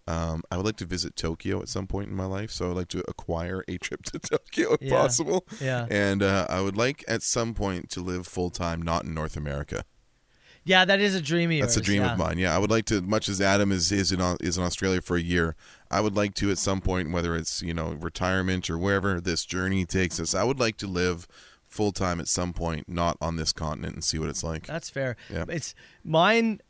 Um, I would like to visit Tokyo at some point in my life, so I'd like to acquire a trip to [LAUGHS] Tokyo if Yeah. possible. Yeah. And uh, I would like at some point to live full time, not in North America. Yeah, that is a dream of That's a yours, dream yeah. of mine. Yeah, I would like to. Much as Adam is is in Au- is in Australia for a year, I would like to at some point, whether it's you know retirement or wherever this journey takes us, I would like to live full time at some point, not on this continent, and see what it's like. That's fair. Yeah. It's mine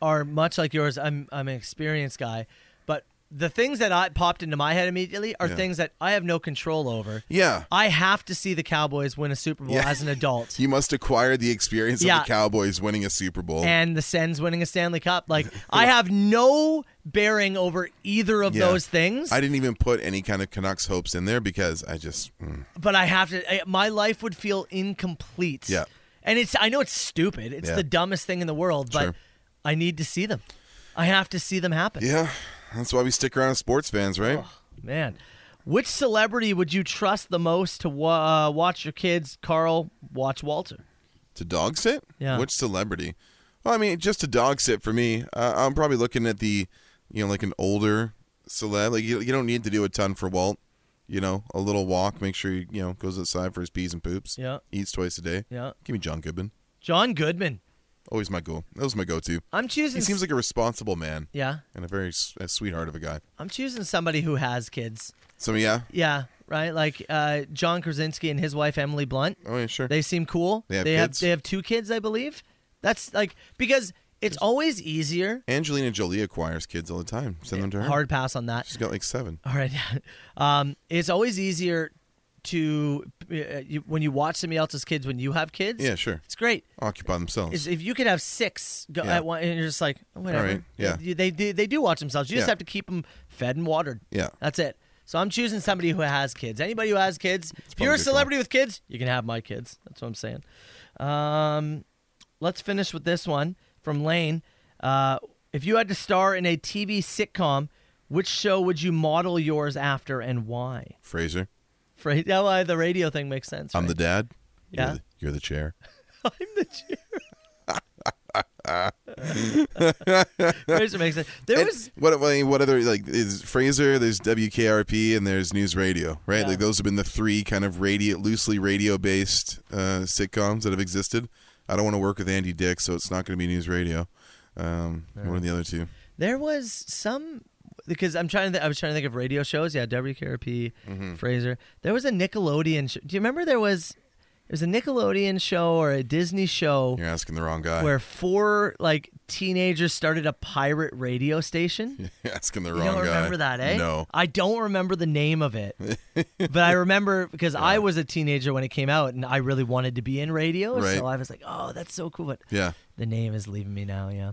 are much like yours. I'm I'm an experienced guy, but the things that I popped into my head immediately are Yeah. things that I have no control over. Yeah. I have to see the Cowboys win a Super Bowl [LAUGHS] Yeah. as an adult. You must acquire the experience Yeah. of the Cowboys winning a Super Bowl. and the Sens winning a Stanley Cup. [LAUGHS] Like I have no bearing over either of Yeah. those things, I didn't even put any kind of Canucks hopes in there because I just mm, but I have to. I, my life would feel incomplete. Yeah. and it's. I know it's stupid. It's Yeah. the dumbest thing in the world, but Sure. I need to see them. I have to see them happen. yeah. That's why we stick around as sports fans, right? Man, which celebrity would you trust the most to wa- uh, watch your kids? Carl, watch Walter. To dog sit? Yeah. Which celebrity? Well, I mean, just to dog sit for me. Uh, I'm probably looking at the, you know, like an older celeb. Like you, you don't need to do a ton for Walt. You know, a little walk. Make sure he, you know, goes outside for his peas and poops. Yeah. Eats twice a day. Yeah. Give me John Goodman. John Goodman. Always my goal. That was my go-to. I'm choosing. He seems like a responsible man. yeah, And a very s- a sweetheart of a guy. I'm choosing somebody who has kids. So yeah. Yeah, right. Like uh, John Krasinski and his wife Emily Blunt. Oh yeah, sure. They seem cool. They have they have kids? they have two kids, I believe. That's like because It's always easier. Angelina Jolie acquires kids all the time. Send them to her. Hard pass on that. She's got like seven. All right. [LAUGHS] Um, it's always easier to uh, you, when you watch somebody else's kids when you have kids. Yeah, sure. It's great. Occupy themselves. Is if you could have six go Yeah. at one, and you're just like whatever. right, yeah. They, they do- they do watch themselves. You just Yeah. have to keep them fed and watered. Yeah. That's it. So I'm choosing somebody who has kids. Anybody who has kids, if probably you're a a good celebrity with kids, you can have my kids. That's what I'm saying. Um, let's finish with this one from Lane. Uh, if you had to star in a TV sitcom, which show would you model yours after and why? [LAUGHS] Fraser, For yeah, well, the radio thing makes sense. I'm the right? dad. You're Yeah. the, you're the chair. I'm the chair. Fraser makes sense. There And was what, what what other like is Fraser? There's WKRP and there's News Radio, right? Yeah. Like those have been the three kind of radio, loosely radio-based uh, sitcoms that have existed. I don't want to work with Andy Dick, so it's not going to be News Radio. Um, One of the other two. There was some because I'm trying to. Th- I was trying to think of radio shows. Yeah, WKRP, Fraser. There was a Nickelodeon. Sh- Do you remember there was? It was a Nickelodeon show or a Disney show You're asking the wrong guy. where four like teenagers started a pirate radio station. [LAUGHS] You're asking the You wrong don't guy. remember that, eh? No. I don't remember the name of it, but I remember because I was a teenager when it came out, and I really wanted to be in radio. Right. So I was like, "Oh, that's so cool!" But Yeah. the name is leaving me now, yeah.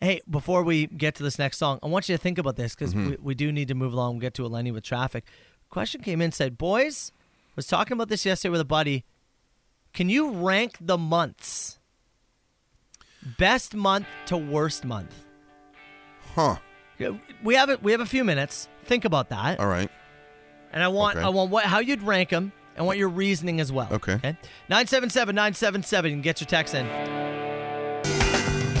Hey, before we get to this next song, I want you to think about this because Mm-hmm. we, we do need to move along. We'll get to Eleni with traffic. Question came in said, Boys, was talking about this yesterday with a buddy. Can you rank the months? Best month to worst month. Huh. Yeah, We have a, we have a few minutes. Think about that. All right. And I want Okay. I want what how you'd rank them. I want your reasoning as well. Okay. 977 977. You can get your text in.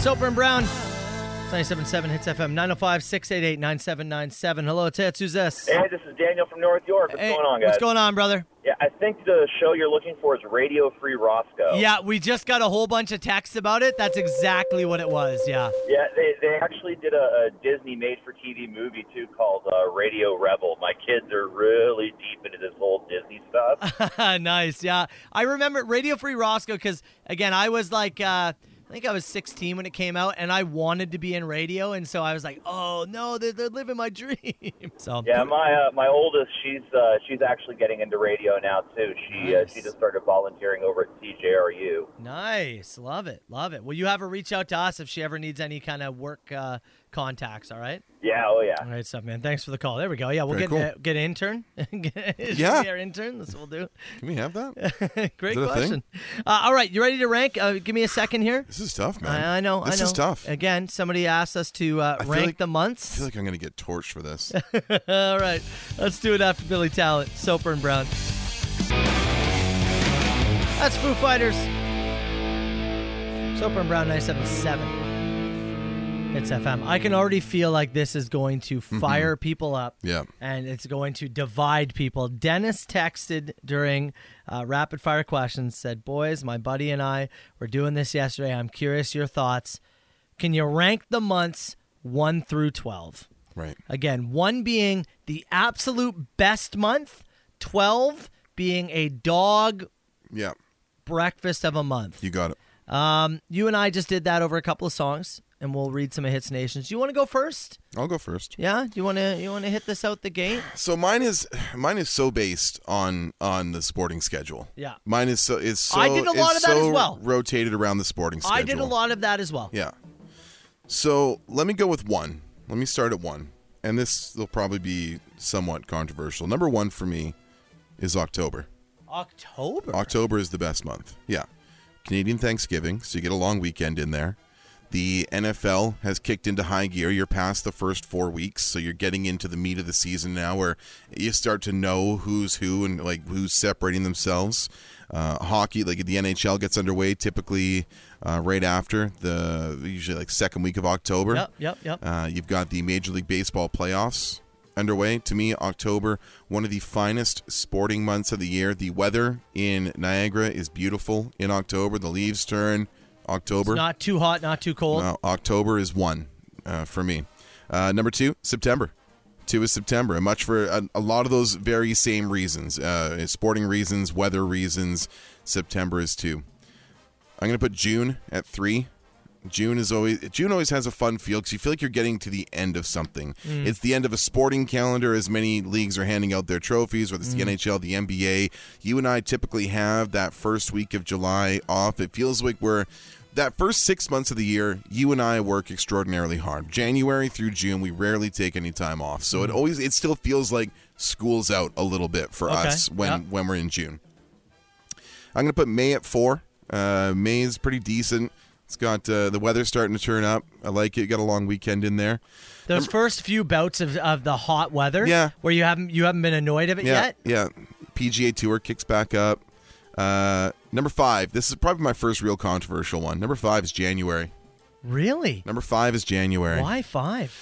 Soper and Brown. It's 977 hits FM 905 688 9797. Hello, it's Hits. Who's this? Hey, this is Daniel from North York. What's Hey, going on, guys? What's going on, brother? yeah, I think the show you're looking for is Radio Free Roscoe. Yeah, we just got a whole bunch of texts about it. That's exactly what it was. Yeah. Yeah, they, they actually did a, a Disney made for TV movie, too, called uh, Radio Rebel. My kids are really deep into this whole Disney [LAUGHS] stuff. nice. Yeah. I remember Radio Free Roscoe because, again, I was like, uh, I think I was 16 when it came out, and I wanted to be in radio. And so I was like, oh, no, they're, they're living my [LAUGHS] dream. So, yeah, my uh, my oldest, she's uh, she's actually getting into radio now, too. She uh, Nice. she just started volunteering over at CJRU. nice. Love it. Love it. Well, you have her reach out to us if she ever needs any kind of work uh, contacts. All right. Yeah, oh, yeah. All right, stuff, man. Thanks for the call. There we go. Yeah, we'll Very get, cool. uh, get an intern. [LAUGHS] Yeah. Be our intern. That's what we'll Can we have that? [LAUGHS] do. [LAUGHS] Great that a thing? question. Uh, all right. You ready to rank? Uh, give me a second here. This is tough, man. I, I know. This I know. is tough. I Again, somebody asked us to uh, I feel rank like- the I months. feel like I'm going to get torched [LAUGHS] for this. All right, let's do it after Billy Talent, Soper and Brown. That's Foo Fighters. Soper and Brown 977. It's FM. I can already feel like this is going to fire people up. Yeah. And it's going to divide people. Dennis texted during uh, rapid fire questions, said, Boys, my buddy and I were doing this yesterday. I'm curious your thoughts. Can you rank the months 1 through 12? Right. Again, one being the absolute best month, 12 being a dog Yeah. breakfast of a month. You got it. You and I just did that over a couple of songs and we'll read some of Hits Nations. You want to go first? I'll go first. Yeah, you want to you want to hit this out the gate? So mine is mine is so based on on the sporting schedule. Yeah. Mine is so it's so I did a lot it's of that as so well. Rotated around the sporting schedule. I did a lot of that as well. Yeah. So let me go with one. Let me start at one. And this will probably be somewhat controversial. Number one for me is October. October. October is the best month. Yeah. Canadian Thanksgiving, so you get a long weekend in there. The NFL has kicked into high gear. You're past the first four weeks, so you're getting into the meat of the season now where you start to know who's who and like who's separating themselves. Uh, hockey, like the NHL gets underway typically uh, right after the usually like second week of October. Yep, yep, yep. Uh, you've got the Major League Baseball playoffs underway. To me, October, one of the finest sporting months of the year. The weather in Niagara is beautiful in October. The leaves turn. October. Not too hot, not too cold. No, October is one uh, for me. Uh, number two, September. Two is September, and much for a, a lot of those very same reasons uh, sporting reasons, weather reasons. September is two. I'm going to put June at three. June is always June always has a fun feel because you feel like you're getting to the end of something. Mm. It's the end of a sporting calendar as many leagues are handing out their trophies, whether it's Mm. the NHL, the NBA. You and I typically have that first week of July off. It feels like we're that first six months of the year, you and I work extraordinarily hard. January through June, we rarely take any time off. So Mm. it always it still feels like school's out a little bit for Okay, us when yeah. when we're in June. I'm gonna put May at four. Uh, May is pretty decent. It's got uh, the weather starting to turn up. I like it. Got a long weekend in there. Those first few bouts of, of the hot weather, Yeah. where you haven't you haven't been annoyed of it Yeah, yet. yeah. PGA Tour kicks back up. Uh, number five. This is probably my first real controversial one. Number five is January. Really? Number five is January. Why five?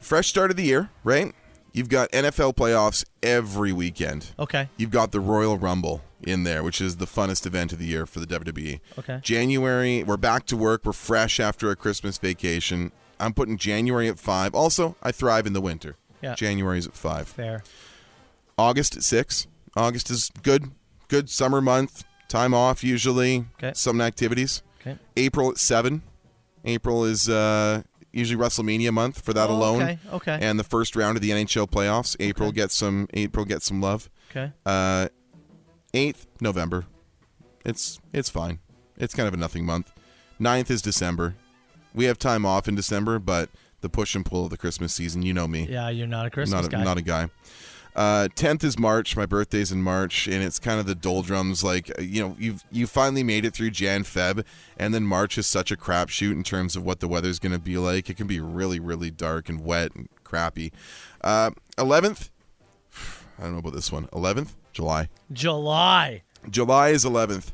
Fresh start of the year, right? You've got NFL playoffs every weekend. Okay. You've got the Royal Rumble in there, which is the funnest event of the year for the WWE. Okay. January, we're back to work. We're fresh after a Christmas vacation. I'm putting January at five. Also, I thrive in the winter. Yeah. January's at five. Fair. August at six. August is good. Good summer month. Time off usually. Okay. Some activities. Okay. April at seven. April is uh, usually WrestleMania month for that Oh, alone. okay, okay. And the first round of the NHL playoffs. April gets some. April gets some love. Okay. Uh, eighth November. It's it's fine. It's kind of a nothing month. 9th is December. We have time off in December, but the push and pull of the Christmas season. You know me. Yeah, you're not a Christmas not a, guy. not a guy. Uh, 10th is March. My birthday's in March, and it's kind of the doldrums. Like uh, you know, you've you finally made it through Jan, Feb, and then March is such a crapshoot in terms of what the weather's going to be like. It can be really, really dark and wet and crappy. Uh, 11th, [SIGHS] I don't know about this one. 11th, July. July. July is 11th.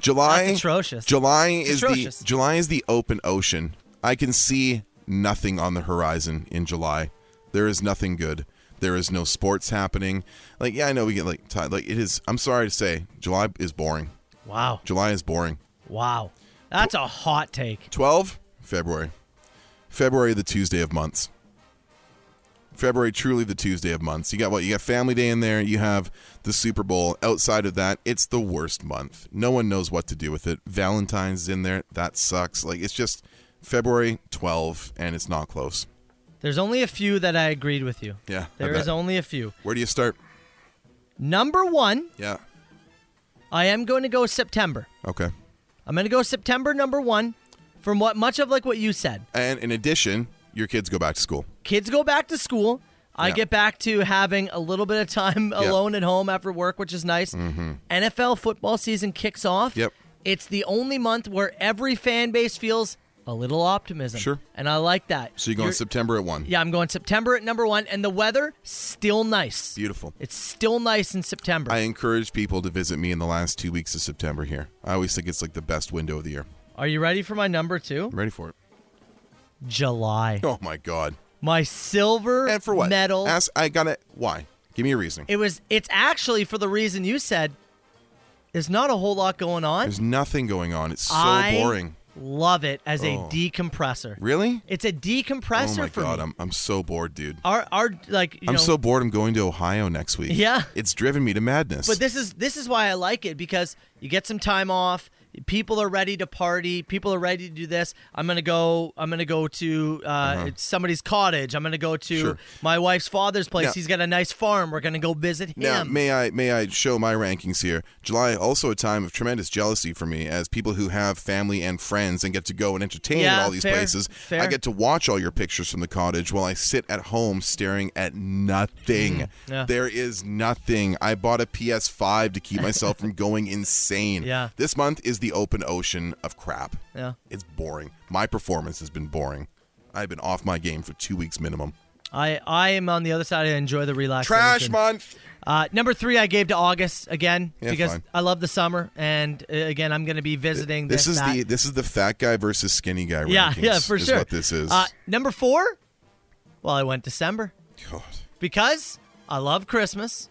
July That's atrocious. July is atrocious. the July is the open ocean. I can see nothing on the horizon in July. There is nothing good. There is no sports happening. Like yeah, I know we get like tired. Like it is. I'm sorry to say, July is boring. Wow. July is boring. Wow. That's a hot take. 12 February. February the Tuesday of months. February truly the Tuesday of months. You got what? You got Family Day in there, you have the Super Bowl. Outside of that, it's the worst month. No one knows what to do with it. Valentine's in there, that sucks. Like it's just February 12 and it's not close. There's only a few that I agreed with you. Yeah, I There bet. is only a few. Where do you start? Number one, Yeah. I am going to go September. Okay. I'm going to go September number one from what much of like what you said. And in addition, your kids go back to school. Kids go back to school. I Yeah. get back to having a little bit of time Yeah. Mm-hmm. alone at home after work, which is nice. NFL football season kicks off. Yep. It's the only month where every fan base feels a little optimism. Sure. And I like that. So you go in You're- September at 1. Yeah, I'm going September at number one, and the weather still nice. Beautiful. It's still nice in September. I encourage people to visit me in the last 2 weeks of September here. I always think it's like the best window of the year. Are you ready for my number two? I'm ready for it. July. Oh my god. My silver And for what? medal. Ask I got it. Why? Give me a reasoning. it was. It's actually for the reason you said. There's not a whole lot going on. There's nothing going on. It's so I boring. Love it as Oh. a decompressor. Really? It's a decompressor oh my for god, me. I'm I'm so bored, dude. our our like you I'm know, so bored. I'm going to Ohio next week. Yeah. It's driven me to madness. But this is this is why I like it because you get some time off. People are ready to party. People are ready to do this. I'm gonna go. I'm gonna go to uh, somebody's cottage. I'm gonna go to Uh-huh. Sure. my wife's father's place. Now- He's got a nice farm. We're gonna go visit him. now, may I may I show my rankings here? July also a time of tremendous jealousy for me as people who have family and friends and get to go and entertain at Yeah, all these fair, places. I fair. get to watch all your pictures from the cottage while I sit at home staring at nothing. Mm, yeah. There is nothing. I bought a PS5 to keep [LAUGHS] myself from going insane. Yeah. This month is the open ocean of crap. Yeah. It's boring. My performance has been boring. I've been off my game for 2 weeks minimum. I I am on the other side. I enjoy the relaxation. Trash month. Uh, number three, I gave to August again Yeah, because fine. I love the summer, and uh, again, I'm gonna be visiting. This, This is that. the this is the fat guy versus skinny guy yeah [LAUGHS] rankings. yeah for is sure. What this is. Uh, number four. Well, I went December. God. because I love Christmas.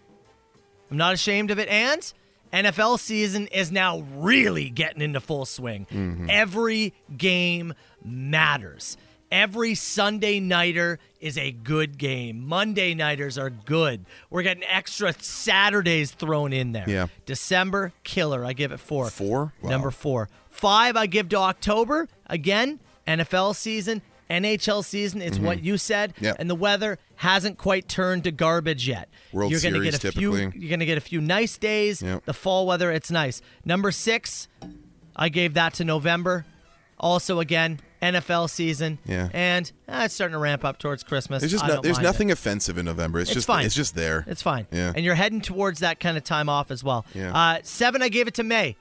I'm not ashamed of it. And NFL season is now Mm-hmm. really getting into full swing. Every game matters. Every Sunday nighter is a good game. Monday nighters are good. We're getting extra Saturdays thrown in there. Yeah. December killer. I give it four. Four? Wow. Number four. Five, I give to October. Again, NFL season, NHL season. It's what you said. Mm-hmm. Yep. And the weather hasn't quite turned to garbage yet. World you're gonna Series, get a typically. few. You're gonna get a few nice days. Yep. The fall weather, it's nice. Number six, I gave that to November. Also, again, NFL season. Yeah. And uh, it's starting to ramp up towards Christmas. There's just I no, don't there's mind it. nothing offensive in November. It's, It's just fine. it's just there. It's fine. Yeah. And you're heading towards that kind of time off as well. Yeah. Uh, seven, I gave it to May.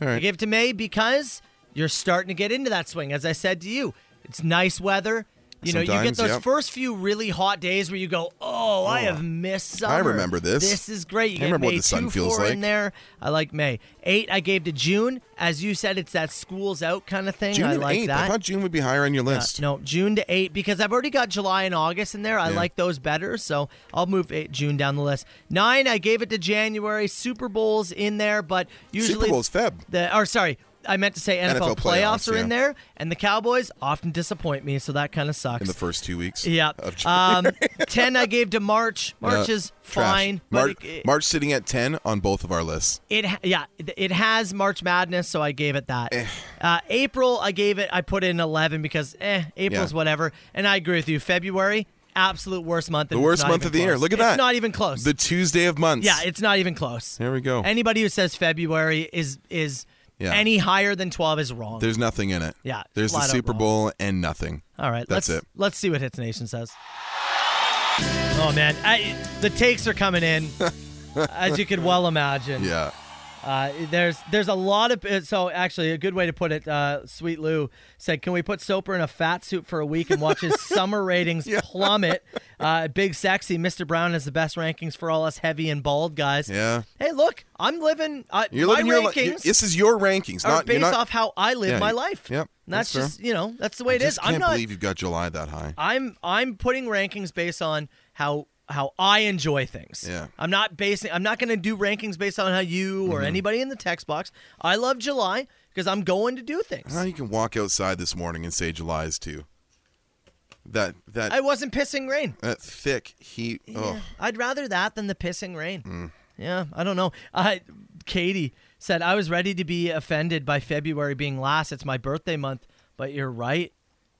All right. I gave it to May because you're starting to get into that swing. As I said to you, it's nice weather. You know, you get Sometimes, those yep. first few really hot days where you go, "Oh, I have missed summer." remember this. This is great. You I get remember what May the sun 2, feels 4 like. in there. I like May eight. I gave to June, as you said, it's that schools out kind of thing. June I and like eighth. that. I thought June would be higher on your Uh, list. no, June to eight because I've already got July and August in there. I Yeah. like those better, so I'll move eight, June down the list. Nine, I gave it to January. Super Bowls in there, but usually Super Bowl's Feb. The or sorry, I meant to say NFL, NFL playoffs, playoffs, are in yeah. there, and the Cowboys often disappoint me, so that kind of sucks. in the first two weeks. yeah. of June. Um, ten, I gave to March. March [LAUGHS] Uh, is trash. fine. Mar- but it, March sitting at ten on both of our lists. it ha- yeah it- it has March Madness, so I gave it that. Eh. uh, April, I gave it. I put in eleven because eh, April's Yeah. whatever. And I agree with you. February, absolute worst month. The worst month of the year. Look at that. It's not even close. The Tuesday of months. yeah, it's not even close. There we go. Anybody who says February is is Yeah. any higher than twelve is wrong. There's nothing in it. Yeah, There's the flat out Super wrong. Bowl and nothing. All right, That's let's, it. Let's see what Hits Nation says. Oh man, I, the takes are coming [LAUGHS] in, as you could well imagine. Yeah. Uh, there's there's a lot of uh, so actually a good way to put it. Uh, Sweet Lou said, "Can we put Soper in a fat suit for a week and watch [LAUGHS] his summer ratings plummet?" Uh, Big sexy Mr. Brown has the best rankings for all us heavy and bald guys. Yeah. Hey, look, I'm living. Uh, You're my living your li- rankings you- This is your rankings, are not based you're not- off how I live Yeah, my you- life. yep, And that's, that's just you know that's the way it just is. Can't I'm not. believe you've got July that high. I'm I'm putting rankings based on how how I enjoy things. Yeah. I'm not basing I'm not going to do rankings based on how you or anybody in the text box. I love July because I'm going to do things. Now you can walk outside this morning and say July is two. That that I wasn't pissing rain. that thick heat. Oh, I'd rather that than the pissing rain. Hmm. Yeah, I don't know. Uh, Katie said, I was ready to be offended by February being last. It's my birthday month, but you're right. [LAUGHS]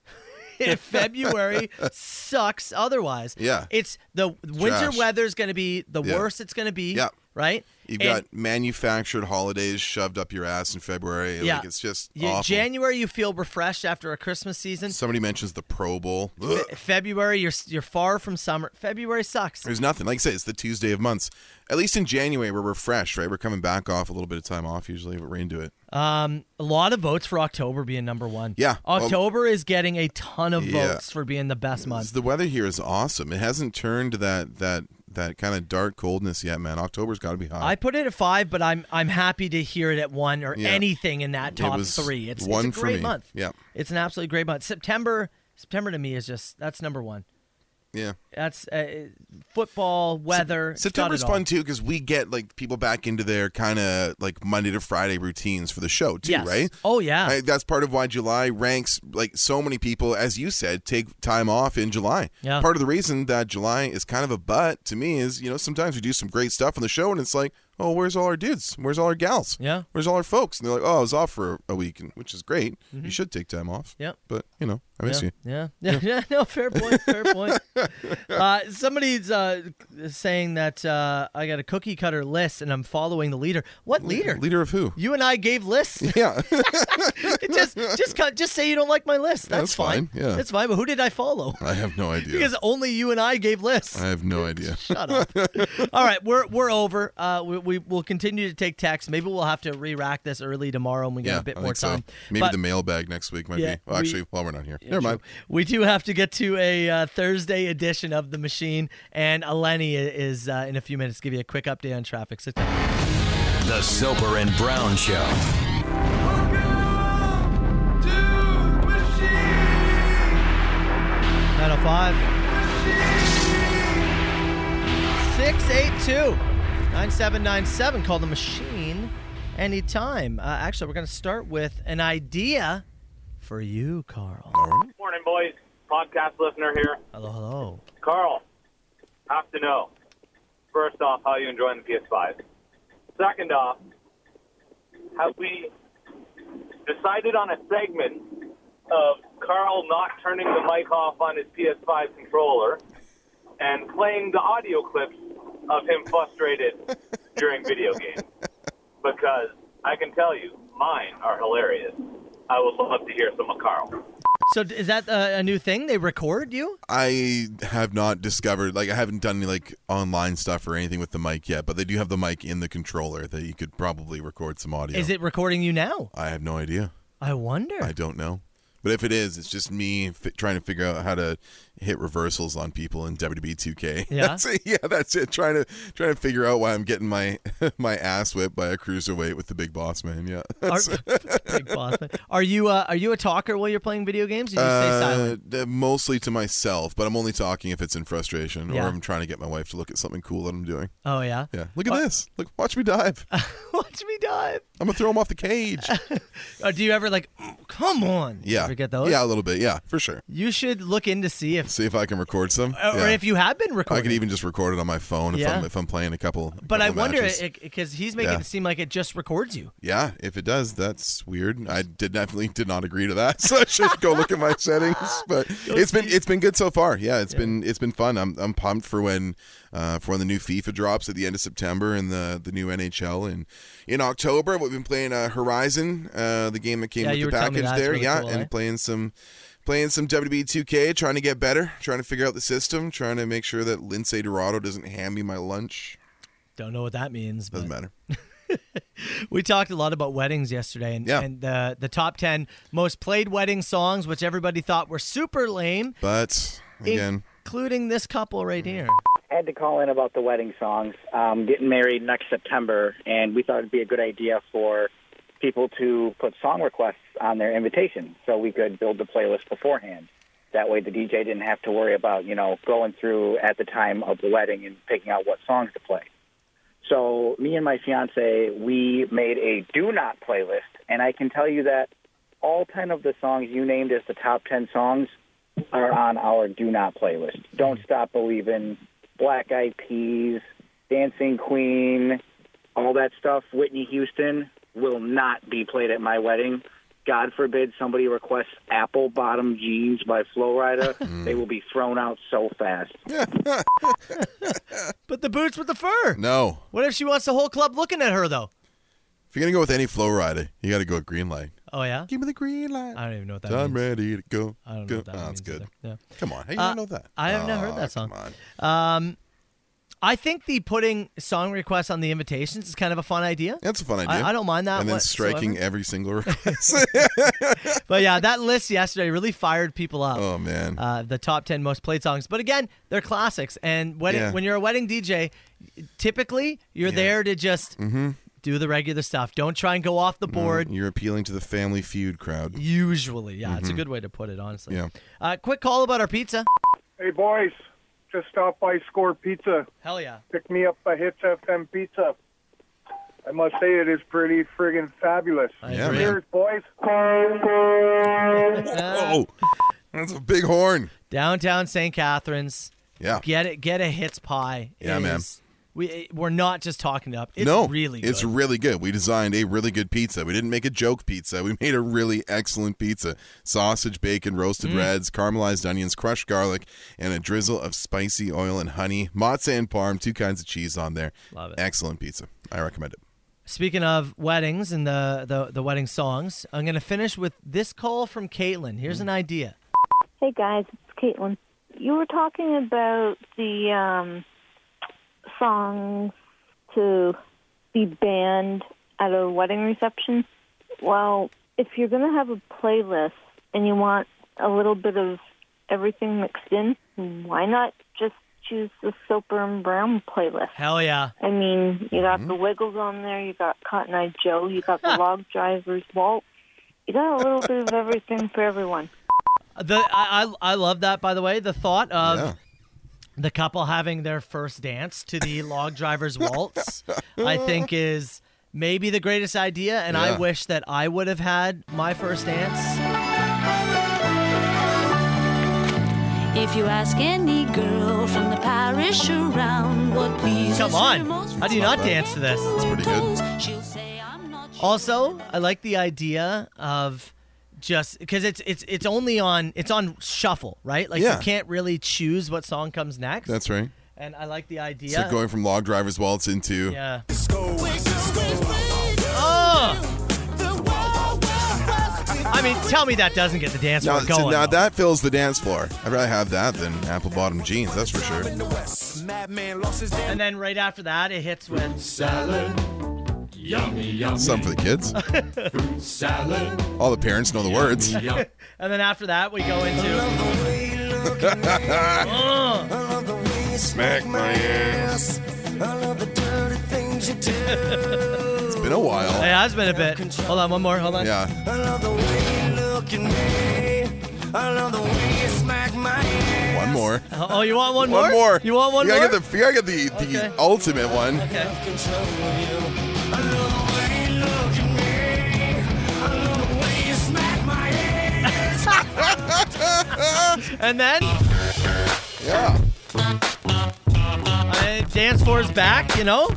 [LAUGHS] if February sucks otherwise. Yeah. It's the winter Trash. weather's going to be the Yeah. worst it's going to be. Yeah. Right? you've And- got manufactured holidays shoved up your ass in February. Yeah. Like it's just Yeah, awful. January, you feel refreshed after a Christmas season. Somebody mentions the Pro Bowl. Ugh. February, you're you're far from summer. February sucks. There's nothing. Like I say, it's the Tuesday of months. At least in January, we're refreshed, right? We're coming back off a little bit of time off usually, but we're into it. A lot of votes for October being number one. Yeah. October is getting a ton of Yeah. votes for being the best month. The weather here is awesome. It hasn't turned that that that kind of dark coldness yet, man. October's got to be hot. I put it at five, but I'm I'm happy to hear it at one or Yeah. anything in that top was three. It's one it's a for great me. month. Yeah. it's an absolutely great month. September September to me is just that's number one. yeah. That's uh, football weather. it's got September's it all. fun too because we get like people back into their kind of like Monday to Friday routines for the show too, Yes. right? Oh, yeah. I- that's part of why July ranks like so many people, as you said, take time off in July. Yeah. Part of the reason that July is kind of a butt to me is you know sometimes we do some great stuff on the show and it's like, oh, where's all our dudes? Where's all our gals? Yeah. Where's all our folks? And they're like, oh, I was off for a week, and, which is great. You should take time off. Yep. But you know, I miss Mm-hmm. yeah, you. [LAUGHS] Yeah. Yeah. yeah, no, fair point. Fair point. Uh, somebody's uh, saying that uh, I got a cookie cutter list and I'm following the leader. What leader? Leader of who? You and I gave lists. [LAUGHS] [LAUGHS] Yeah. It just just cut- just say you don't like my list. That's, That's fine, yeah. That's fine. But who did I [LAUGHS] follow? I have no idea. Because only you and I gave lists. I have no idea. Shut up. [LAUGHS] All right, we're we're over. Uh, we, we will continue to take texts. Maybe we'll have to re-rack this early tomorrow, and we got a bit I more think so. time. Maybe But- the mailbag next week might Yeah, be. we- Well, actually, while we're not here, never mind. We do have to get to a uh, Thursday edition of The Machine, and Eleni i- is uh, in a few minutes give you a quick update on traffic. So The Soper and Brown Show. Nine oh five. Six eight two. Nine seven nine seven. Call the machine anytime. Uh, actually, we're going to start with an idea for you, Carl. Morning, boys. podcast listener here. Hello, hello. Carl, have to know. First off, how you enjoying the PS5? Second off, have we decided on a segment of Carl not turning the mic off on his PS5 controller and playing the audio clips of him frustrated during video games? Because I can tell you, mine are hilarious. I would love to hear some of Carl. So d- is that uh, a new thing? They record you? I have not discovered like I haven't done any like online stuff or anything with the mic yet, but they do have the mic in the controller that you could probably record some audio. Is it recording you now? I have no idea. I wonder. I don't know. But if it is, it's just me fi- trying to figure out how to hit reversals on people in WWE 2K. Yeah? [LAUGHS] that's it. yeah, that's it. Trying to trying to figure out why I'm getting my [LAUGHS] my ass whipped by a cruiserweight with the big boss man. Yeah, [LAUGHS] Are, [LAUGHS] Big boss man. Are you uh, are you a talker while you're playing video games? Or you just stay silent. Uh, d- mostly to myself, but I'm only talking if it's in frustration Yeah. or I'm trying to get my wife to look at something cool that I'm doing. Oh yeah. Yeah, look at this. Look, watch me dive. I'm [LAUGHS] Watch me dive. gonna throw him off [LAUGHS] the cage. Or do you ever like? [CLEARS THROAT] "Mm, Come on. You Yeah, ever get those? Yeah, a little bit. Yeah, for sure. You should look in to see if, See if I can record some. Oh, or Yeah. if you have been I recording. could even just record it on my phone if, Yeah. I'm, if I'm playing a couple. But I couple wonder matches. because he's making Yeah. it seem like it just records you. Yeah, if it does, that's weird. I did definitely did not agree to that, [LAUGHS] so I should go look at my settings. [LAUGHS] But it's been it's been good so far. Yeah, it's been it's been fun. I'm I'm pumped for when uh, for when the new FIFA drops at the end of September and the the new NHL and in October. We've been playing uh, Horizon, uh, the game that came Yeah, with you the were telling me package that's there. really yeah, cool, and eh? playing some. Playing some WWE 2K, trying to get better, trying to figure out the system, trying to make sure that Lindsay Dorado doesn't hand me my lunch. Don't know what that means. Doesn't but- matter. We talked a lot about weddings yesterday, and, Yeah. and the the top ten most played wedding songs, which everybody thought were super lame, But again, including this couple right here. I had to call in about the wedding songs. Um, getting married next September, and we thought it'd be a good idea for people to put song requests on their invitation, so we could build the playlist beforehand. That way, the DJ didn't have to worry about you know going through at the time of the wedding and picking out what songs to play. So, me and my fiance, we made a do not playlist, and I can tell you that all ten of the songs you named as the top ten songs are on our do not playlist. Don't stop believing, Black Eyed Peas, Dancing Queen, all that stuff. Whitney Houston will not be played at my wedding. God forbid somebody requests "Apple Bottom Jeans" by Flo Rida. they will be thrown out so fast. But the boots with the fur. no. What if she wants the whole club looking at her though? If you're gonna go with any flow rider, you got to go with green light. Oh yeah, Give me the green light. I don't even know what that I'm means. ready to go. I don't know go. what that Oh, means. that's good. either. Yeah. Come on, how you Uh, don't know that? I have not heard Aw, that song. Come on. I think the putting song requests on the invitations is kind of a fun idea. That's a fun idea. I, I don't mind that. And then whatsoever. striking [LAUGHS] every single request. But yeah, that list yesterday really fired people up. oh man. uh, the top 10 most played songs. But again, they're classics. And wedding, Yeah. when you're a wedding DJ, typically you're there to just Mm-hmm. do the regular stuff. Don't try and go off the board. You're appealing to the Family Feud crowd. Usually. Yeah, it's a good way to put it, honestly. Mm-hmm. Yeah. Uh, quick call about our pizza. Hey, boys, just stop by Score Pizza. Hell yeah. Pick me up a Hits FM pizza. I must say, it is pretty friggin' fabulous. Yeah, agree. man. Cheers, boys. Uh, Oh, that's a big horn. Downtown St. Catharines. Yeah. Get it. Get a hits pie. Yeah, is- man. We, we're not just talking it up. It's no, really good. it's really good. We designed a really good pizza. We didn't make a joke pizza. We made a really excellent pizza: sausage, bacon, roasted Mm. reds, caramelized onions, crushed garlic, and a drizzle of spicy oil and honey, mozzarella and parm, two kinds of cheese on there. Love it. Excellent pizza. I recommend it. Speaking of weddings and the, the, the wedding songs, I'm going to finish with this call from Caitlin. Here's Mm. an idea. Hey guys, it's Caitlin. You were talking about the um, songs to be banned at a wedding reception. Well, if you're going to have a playlist and you want a little bit of everything mixed in, why not just choose the Soper and Brown playlist? Hell yeah. I mean, you got the Wiggles on there, you got Cotton Eye Joe, you got the Log Drivers, Walt. You got a little bit of everything for everyone. The I, I I love that by the way. The thought of Yeah. the couple having their first dance to [LAUGHS] the log driver's waltz, I think is maybe the greatest idea, and I Yeah. wish that I would have had my first dance. If you ask any girl from the parish around what pleases Come her on. most, How do you not dance to this? It's pretty good. she'll say, I'm not Also, I like the idea of just because it's it's it's only on it's on shuffle, right? Like Yeah. you can't really choose what song comes next. That's right. And I like the idea. So going from log driver's waltz into yeah. I mean, tell me that doesn't get the dance Now, floor see, going. now that fills the dance floor. I'd rather have that than apple bottom jeans, that's for sure. and then right after that, it hits with Salad. Yummy, yummy. Some for the kids. Fruit salad. All the parents know the words. and then after that, we go [LAUGHS] into. Oh, Smack my ass. It's been a while. Yeah, it's been a bit. Hold on, one more. Hold on. Yeah. One more. Oh, you want one, One more. You want one you more? Gotta get the, you gotta get the, the Okay. ultimate one. [LAUGHS] and then. Yeah. Uh, dance floor's back, you know.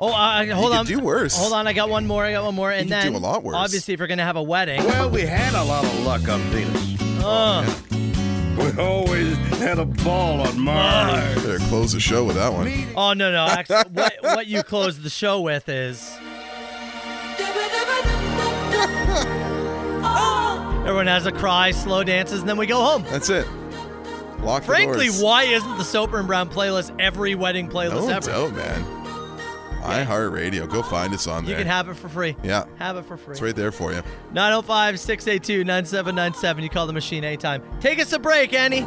Oh, uh, hold could on. do worse. Hold on, I got one more. I got one more, and could then do a lot worse. Obviously, if we're gonna have a wedding. Well, we had a lot of luck on Venus. Oh, Uh, We always had a ball on Mars. Better close the show with that one. oh no, no. Actually, what what you closed the show with is everyone has a cry, slow dances, and then we go home. That's it. Lock Frankly, the doors. why isn't the Soper and Brown playlist every wedding playlist No ever? doubt, man. iHeartRadio. Go find us on You there. can have it for free. Yeah. Have it for free. It's right there for you. 905 682 9797. You call the machine anytime. Take us a break, Annie.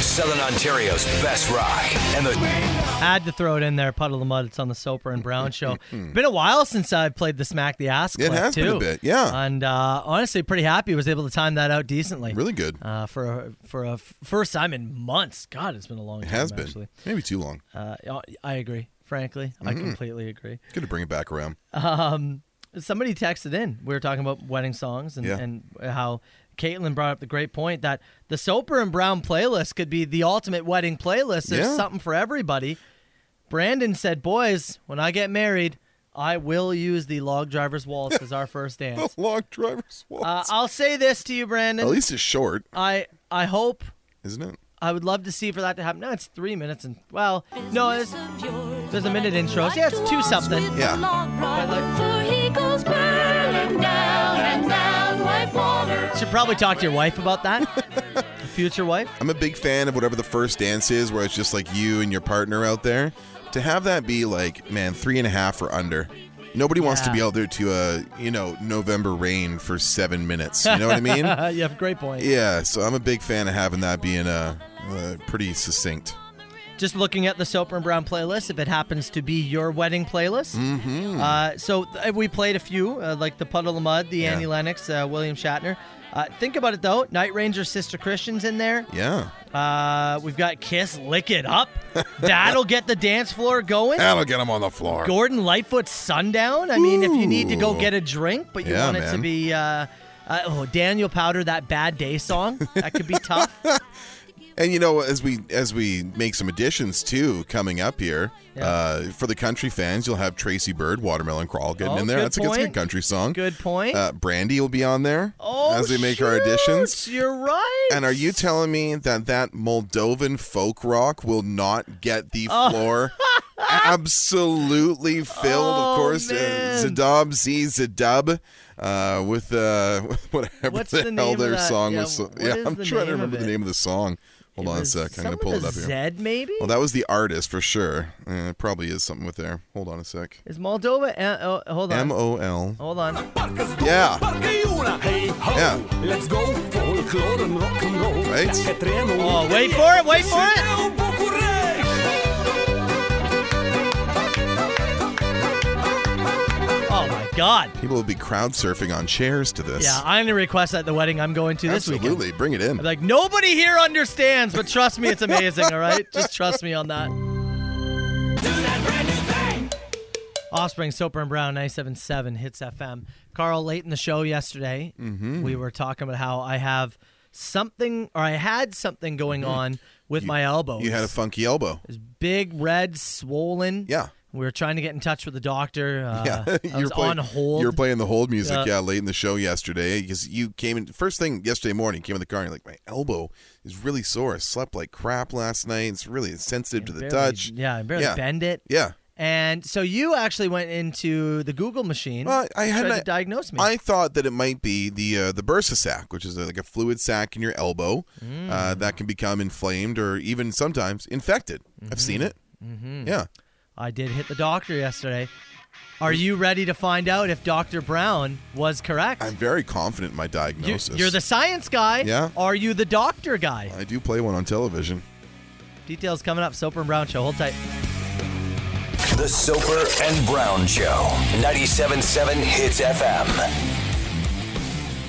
Southern Ontario's best rock and the Had to throw it in there, puddle of mud. It's on the Soper and Brown [LAUGHS] show. been a while since I played the Smack the Ass Hmm. It clip has too. been a bit, yeah. And uh, honestly, pretty happy. Was able to time that out decently. Really good. uh, for a, for a f- first time in months. God, it's been a long It time. has been. Actually. Maybe too long. Uh, I agree. Frankly, I Mhm. completely agree. Good to bring it back around. Um, somebody texted in. We were talking about wedding songs and, Yeah. and how Caitlin brought up the great point that the Soper and Brown playlist could be the ultimate wedding playlist. There's Yeah. something for everybody. Brandon said, "Boys, when I get married, I will use the log driver's waltz as our first [LAUGHS] dance." log driver's Uh, I'll say this to you, Brandon. At least it's short, I I hope isn't it? I would love to see for that to happen. No, it's three minutes and well, no, it's, there's a minute intros. Yeah, it's two something. log brother, for he goes burning down and down like water. Should probably talk to your wife about that. [LAUGHS] Future wife. I'm a big fan of whatever the first dance is, where it's just like you and your partner out there. To have that be like, man, three and a half or under. Nobody wants to Yeah. be out there to a, you know, November rain for seven minutes. You know what I mean? [LAUGHS] Uh, you have a great point. yeah. So I'm a big fan of having that being uh, uh, pretty succinct. Just looking at the Soper and Brown playlist, if it happens to be your wedding playlist. Mm-hmm. Uh, so th- we played a few, uh, like the Puddle of Mud, the Annie Lennox, uh, William Shatner. Uh, think about it though, Night Ranger, Sister Christian's in there. Yeah. Uh, we've got Kiss, Lick It [LAUGHS] Up. That'll get the dance floor going. That'll get them on the floor. Gordon Lightfoot Sundown. I mean, if you need to go Ooh. get a drink, but you Yeah, want it to man. be uh, uh, oh Daniel Powder, that Bad Day song. That [LAUGHS] could be tough. And you know, as we as we make some additions too coming up here uh, for the country fans, you'll have Tracy Bird, Watermelon Crawl, getting Oh, in there. good That's a, that's a good point. country song. Good point. Uh, Brandy will be on there Oh, as we make our additions. You're right. And are you telling me that that Moldovan folk rock will not get the Oh. [LAUGHS] floor absolutely filled? Oh, of course, uh, Zadab Z Zadub uh, with uh, [LAUGHS] whatever What's the, the name hell of their that? song Yeah, was. what yeah, is I'm the trying name to of remember the it? name of the song. Hold on a sec. I'm gonna pull it up here. Zed maybe Well, that was the artist for sure. Uh, it probably is something with there. Hold on a sec. is Moldova. Uh, oh, hold on. M O L. Hold on. Yeah. Yeah. Let's go folklore and rock and roll. Right? Oh, wait for it. Wait for it. Oh my God. People will be crowd surfing on chairs to this. Yeah, I'm gonna request that at the wedding I'm going to this weekend. Absolutely. Bring it in. I'm like nobody here understands, but trust me, it's amazing. all right, just trust me on that. Offspring, Soper and Brown, 97.7 Hits FM. Carl, late in the show yesterday, Mhm. we were talking about how I have something, or I had something going on with my elbow. Mm-hmm. You had a funky elbow. uh, big, red, swollen. Yeah. We were trying to get in touch with the doctor. [LAUGHS] Uh, I was on hold. You were playing the hold music, Yeah. yeah, late in the show yesterday because you came in first thing yesterday morning. Came in the car and you're like, my elbow is really sore. I slept like crap last night. It's really sensitive to the barely- touch. Yeah, I barely Yeah. bend it. Yeah. And so you actually went into the Google machine. Well, I had tried an- to diagnose me. I thought that it might be the uh, the bursa sac, which is uh like a fluid sac in your elbow Mm. uh, that can become inflamed or even sometimes infected. I've seen it. Mhm. Yeah. I did hit the doctor yesterday. Are you ready to find out if Dr. Brown was correct? I'm very confident in my diagnosis. You're the science guy. Yeah. Are you the doctor guy? I do play one on television. Details coming up. Soper and Brown Show. Hold tight. The Soper and Brown Show, 97.7 Hits FM.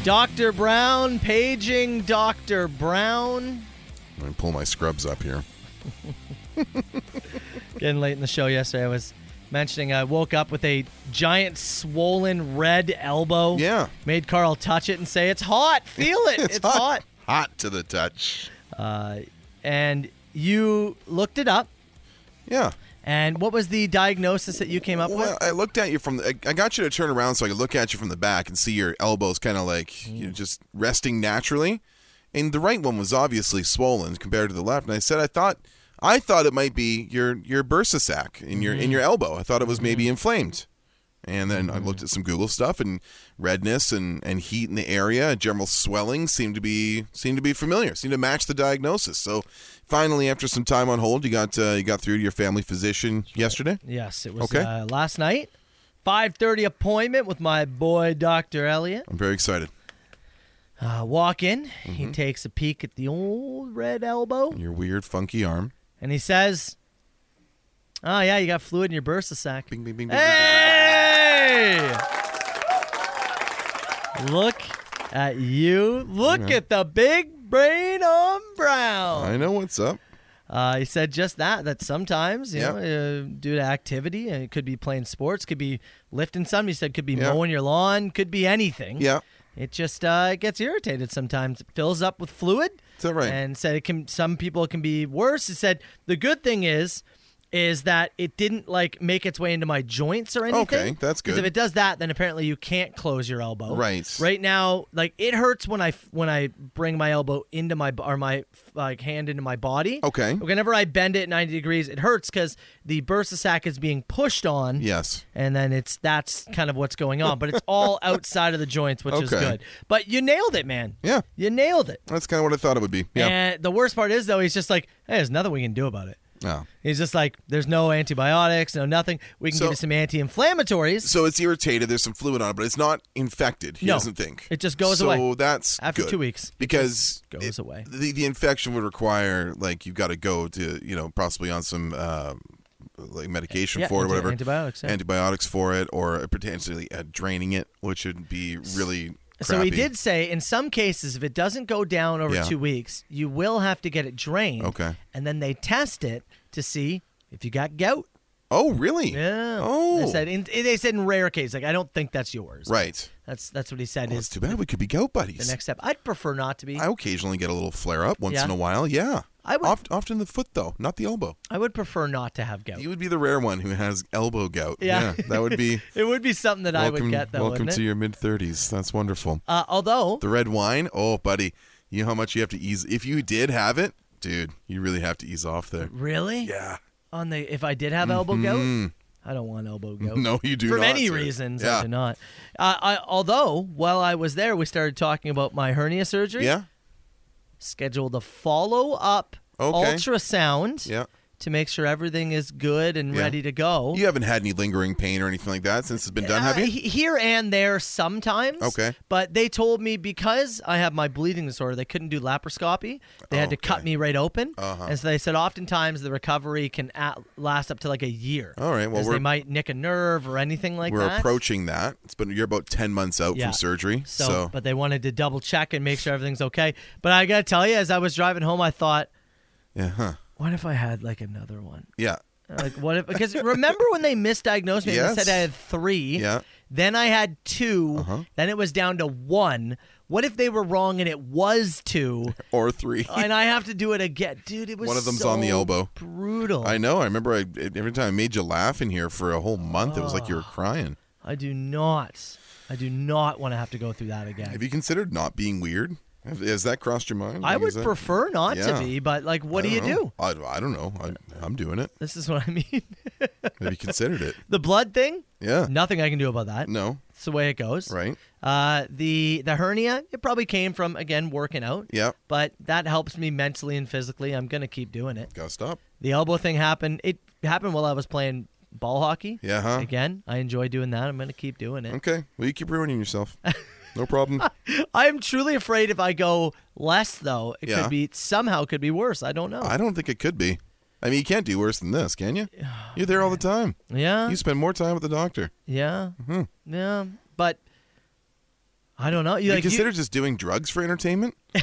Dr. Brown paging Dr. Brown. I'm gonna pull my scrubs up here. Getting late in the show yesterday, I was mentioning I woke up with a giant swollen red elbow. Yeah. Made Carl touch it and say, It's hot. Feel it. [LAUGHS] it's, hot. Hot to the touch. Uh, and you looked it up. Yeah. And what was the diagnosis that you came up Well, with? I looked at you from. The, I I got you to turn around so I could look at you from the back and see your elbows kind of like you know just resting naturally, and the right one was obviously swollen compared to the left. And I said I thought I thought it might be your your bursa sac in your in your elbow. I thought it was maybe inflamed. And then I looked at some Google stuff and redness and, and heat in the area, and general swelling seemed to be seemed to be familiar, seemed to match the diagnosis. So finally, after some time on hold, you got uh, you got through to your family physician yesterday. Yes, it was Okay. uh, last night. 5:30 appointment with my boy Dr. Elliot. I'm very excited. Uh, walk in. He takes a peek at the old red elbow Your weird, funky arm. and he says, "Oh yeah, you got fluid in your bursa sac." Bing, bing, bing, bing, hey! Look at you. Look Yeah. at the big brain on Brown. I know what's up. Uh, he said just that, that sometimes, you Yeah. know, uh, due to activity, and it could be playing sports, could be lifting something. He said could be Yeah. mowing your lawn, could be anything. Yeah. It just uh, it gets irritated sometimes. It fills up with fluid. Is that right? And said it can, some people it can be worse. He said the good thing is, is that it didn't like make its way into my joints or anything. Okay, that's 'Cause good. If it does that, then apparently you can't close your elbow. Right. Right now, like it hurts when I when I bring my elbow into my or my like hand into my body. Okay. Whenever I bend it 90 degrees, it hurts because the bursa sac is being pushed on. Yes. And then it's that's kind of what's going on, but it's [LAUGHS] all outside of the joints, which is Okay. good. But you nailed it, man. Yeah. You nailed it. That's kind of what I thought it would be. Yeah. And the worst part is though, he's just like, hey, there's nothing we can do about it. Oh. He's just like, there's no antibiotics, no nothing. We can So- give you some anti-inflammatories. So it's irritated. There's some fluid on it, but it's not infected. He No. doesn't think It just goes so away. So that's After good. two weeks, it because just goes away. The, the infection would require like you've got to go to you know possibly on some um like medication Yeah, for it or anti- whatever antibiotics, yeah. antibiotics for it or potentially uh, draining it, which would be really. So crappy. he did say in some cases, if it doesn't go down over Yeah. two weeks, you will have to get it drained. Okay. And then they test it to see if you got gout. Oh really? Yeah. Oh. They said in, they said in rare cases, like I don't think that's yours. Right. That's that's what he said. Well, is it's too bad we could be goat buddies. the next step? I'd prefer not to be. I occasionally get a little flare up once Yeah. in a while. Yeah. I would- Oft, often the foot though, not the elbow. I would prefer not to have gout. You would be the rare one who has elbow gout. Oh. Yeah. Yeah, that would be. it would be something [LAUGHS] that I welcome, would get though. welcome wouldn't to it? your mid thirties. That's wonderful. Uh, although The red wine. Oh, buddy, you know how much you have to ease. If you did have it, dude, you really have to ease off there. really, Yeah. On the if I did have elbow gout, Mhm. I don't want elbow gout. No, you do for not, many sir. reasons. I Yeah. do not. Uh, I, although while I was there, we started talking about my hernia surgery. Yeah. Scheduled a follow up Okay. ultrasound. Yeah. To make sure everything is good and Yeah. ready to go. You haven't had any lingering pain or anything like that since it's been done, Uh, have you? he- here and there sometimes. Okay. But they told me because I have my bleeding disorder, they couldn't do laparoscopy. They had to cut me right open. Uh-huh. And so they said oftentimes the recovery can at, last up to like a year. All right, well, 'Cause we're- they might nick a nerve or anything like We're that. approaching that. It's been you're about ten months out Yeah. from surgery, So, so, but they wanted to double check and make sure everything's okay. But I gotta tell you, as I was driving home, I thought, yeah, huh. what if I had like another one? yeah. Like what if? Because remember when they misdiagnosed me? and They Yes. said I had three. Yeah. Uh-huh. Then I had 2 Then it was down to one. What if they were wrong and it was [LAUGHS] two? or three. and I have to do it again, dude. It was One of them's so on the elbow. Brutal. I know. I remember I, every time I made you laugh in here for a whole month, it was like you were Ah. crying. I do not. I do not want to have to go through that again. Have you considered not being weird? Have- Has that crossed your mind? I Like, would is that- prefer not Yeah. to be, but like, what I do you don't do? know. I, I don't know. I, I'm doing it. This is what I mean. [LAUGHS] Have you considered it? The blood thing? Yeah. Nothing I can do about that. No. It's the way it goes. Right. Uh, the the hernia, it probably came from again working out. Yeah. But that helps me mentally and physically. I'm gonna keep doing it. Gotta stop. The elbow thing happened. It happened while I was playing ball hockey. Yeah, huh? Again, I enjoy doing that. I'm gonna keep doing it. Okay. Well, you keep ruining yourself. No problem. [LAUGHS] I am truly afraid if I go less though, it Yeah. could be somehow could be worse. I don't know. I don't think it could be. I mean, you can't do worse than this, can you? You're there all the time. Yeah. You Mm-hmm. spend more time with the doctor. yeah. Yeah. But I don't know. You, You, like, you- consider just doing drugs for entertainment? do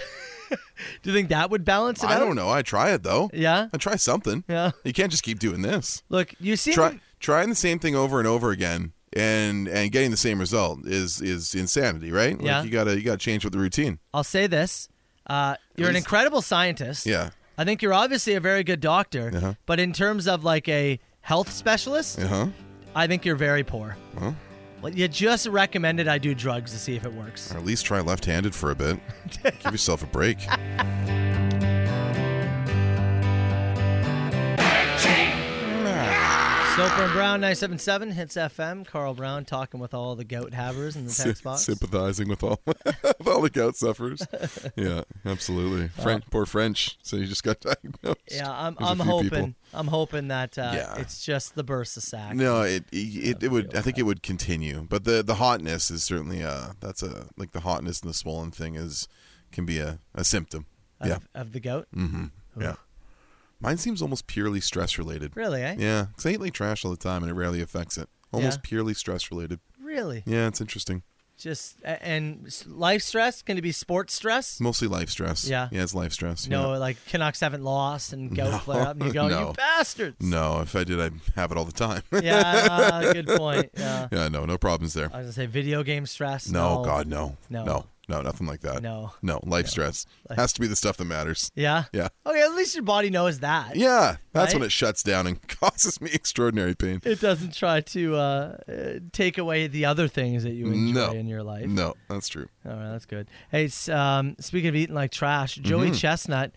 you think that would balance it I out? don't know. I try it though. Yeah. I try something. Yeah. You can't just keep doing this. Look, you see Try trying the same thing over and over again and and getting the same result is is insanity, right? Yeah. Like you gotta you gotta change with the routine. I'll say this. Uh, you're an least- incredible scientist. Yeah. I think you're obviously a very good doctor, Uh-huh. but in terms of like a health specialist, Uh huh. I think you're very poor. Well, Well, you just recommended I do drugs to see if it works. or at least try left-handed for a [LAUGHS] bit. Give yourself a break. Soper and Brown 977 hits FM. Carl Brown talking with all the goat havers in the Sy- text box. sympathizing with all [LAUGHS] with all the [LAUGHS] gout sufferers. Yeah, absolutely. French, poor French. So you just got [LAUGHS] diagnosed. Uh, Yeah, I'm, There's a I'm few hoping people. I'm hoping that uh, Yeah. it's just the bursa sack. No, it it, it, it would. I think it would continue, but the the hotness is certainly uh that's a like the hotness and the swollen thing is can be a a symptom. of, yeah. of the goat. Mm-hmm. Ooh. Yeah. Mine seems almost purely stress related. Really, eh? Yeah, because I eat like trash all the time, and it rarely affects it. Almost Yeah. purely stress related. Really? Yeah, it's interesting. Just a- and s- life stress can it be sports stress? It's mostly life stress. Yeah. Yeah, it's life stress. yeah. No, like Canucks haven't lost and goat [LAUGHS] No, flare up, and you go, no. you bastards. No, if I did, I'd have it all the time. [LAUGHS] Yeah, uh, good point, yeah. no, no problems there. I was gonna say video game stress. no, No, God, no. no, No, no, nothing like that. No. No, life stress. Life- Has to be the stuff that matters. Yeah. Yeah. Okay, at least your body knows that. Yeah. That's when Right? it shuts down and [LAUGHS] causes me extraordinary pain. It doesn't try to uh, uh, take away the other things that you enjoy no. in your life. No, that's true. All right, that's good. Hey, s- um, speaking of eating like trash, Joey Mhm. Chestnut.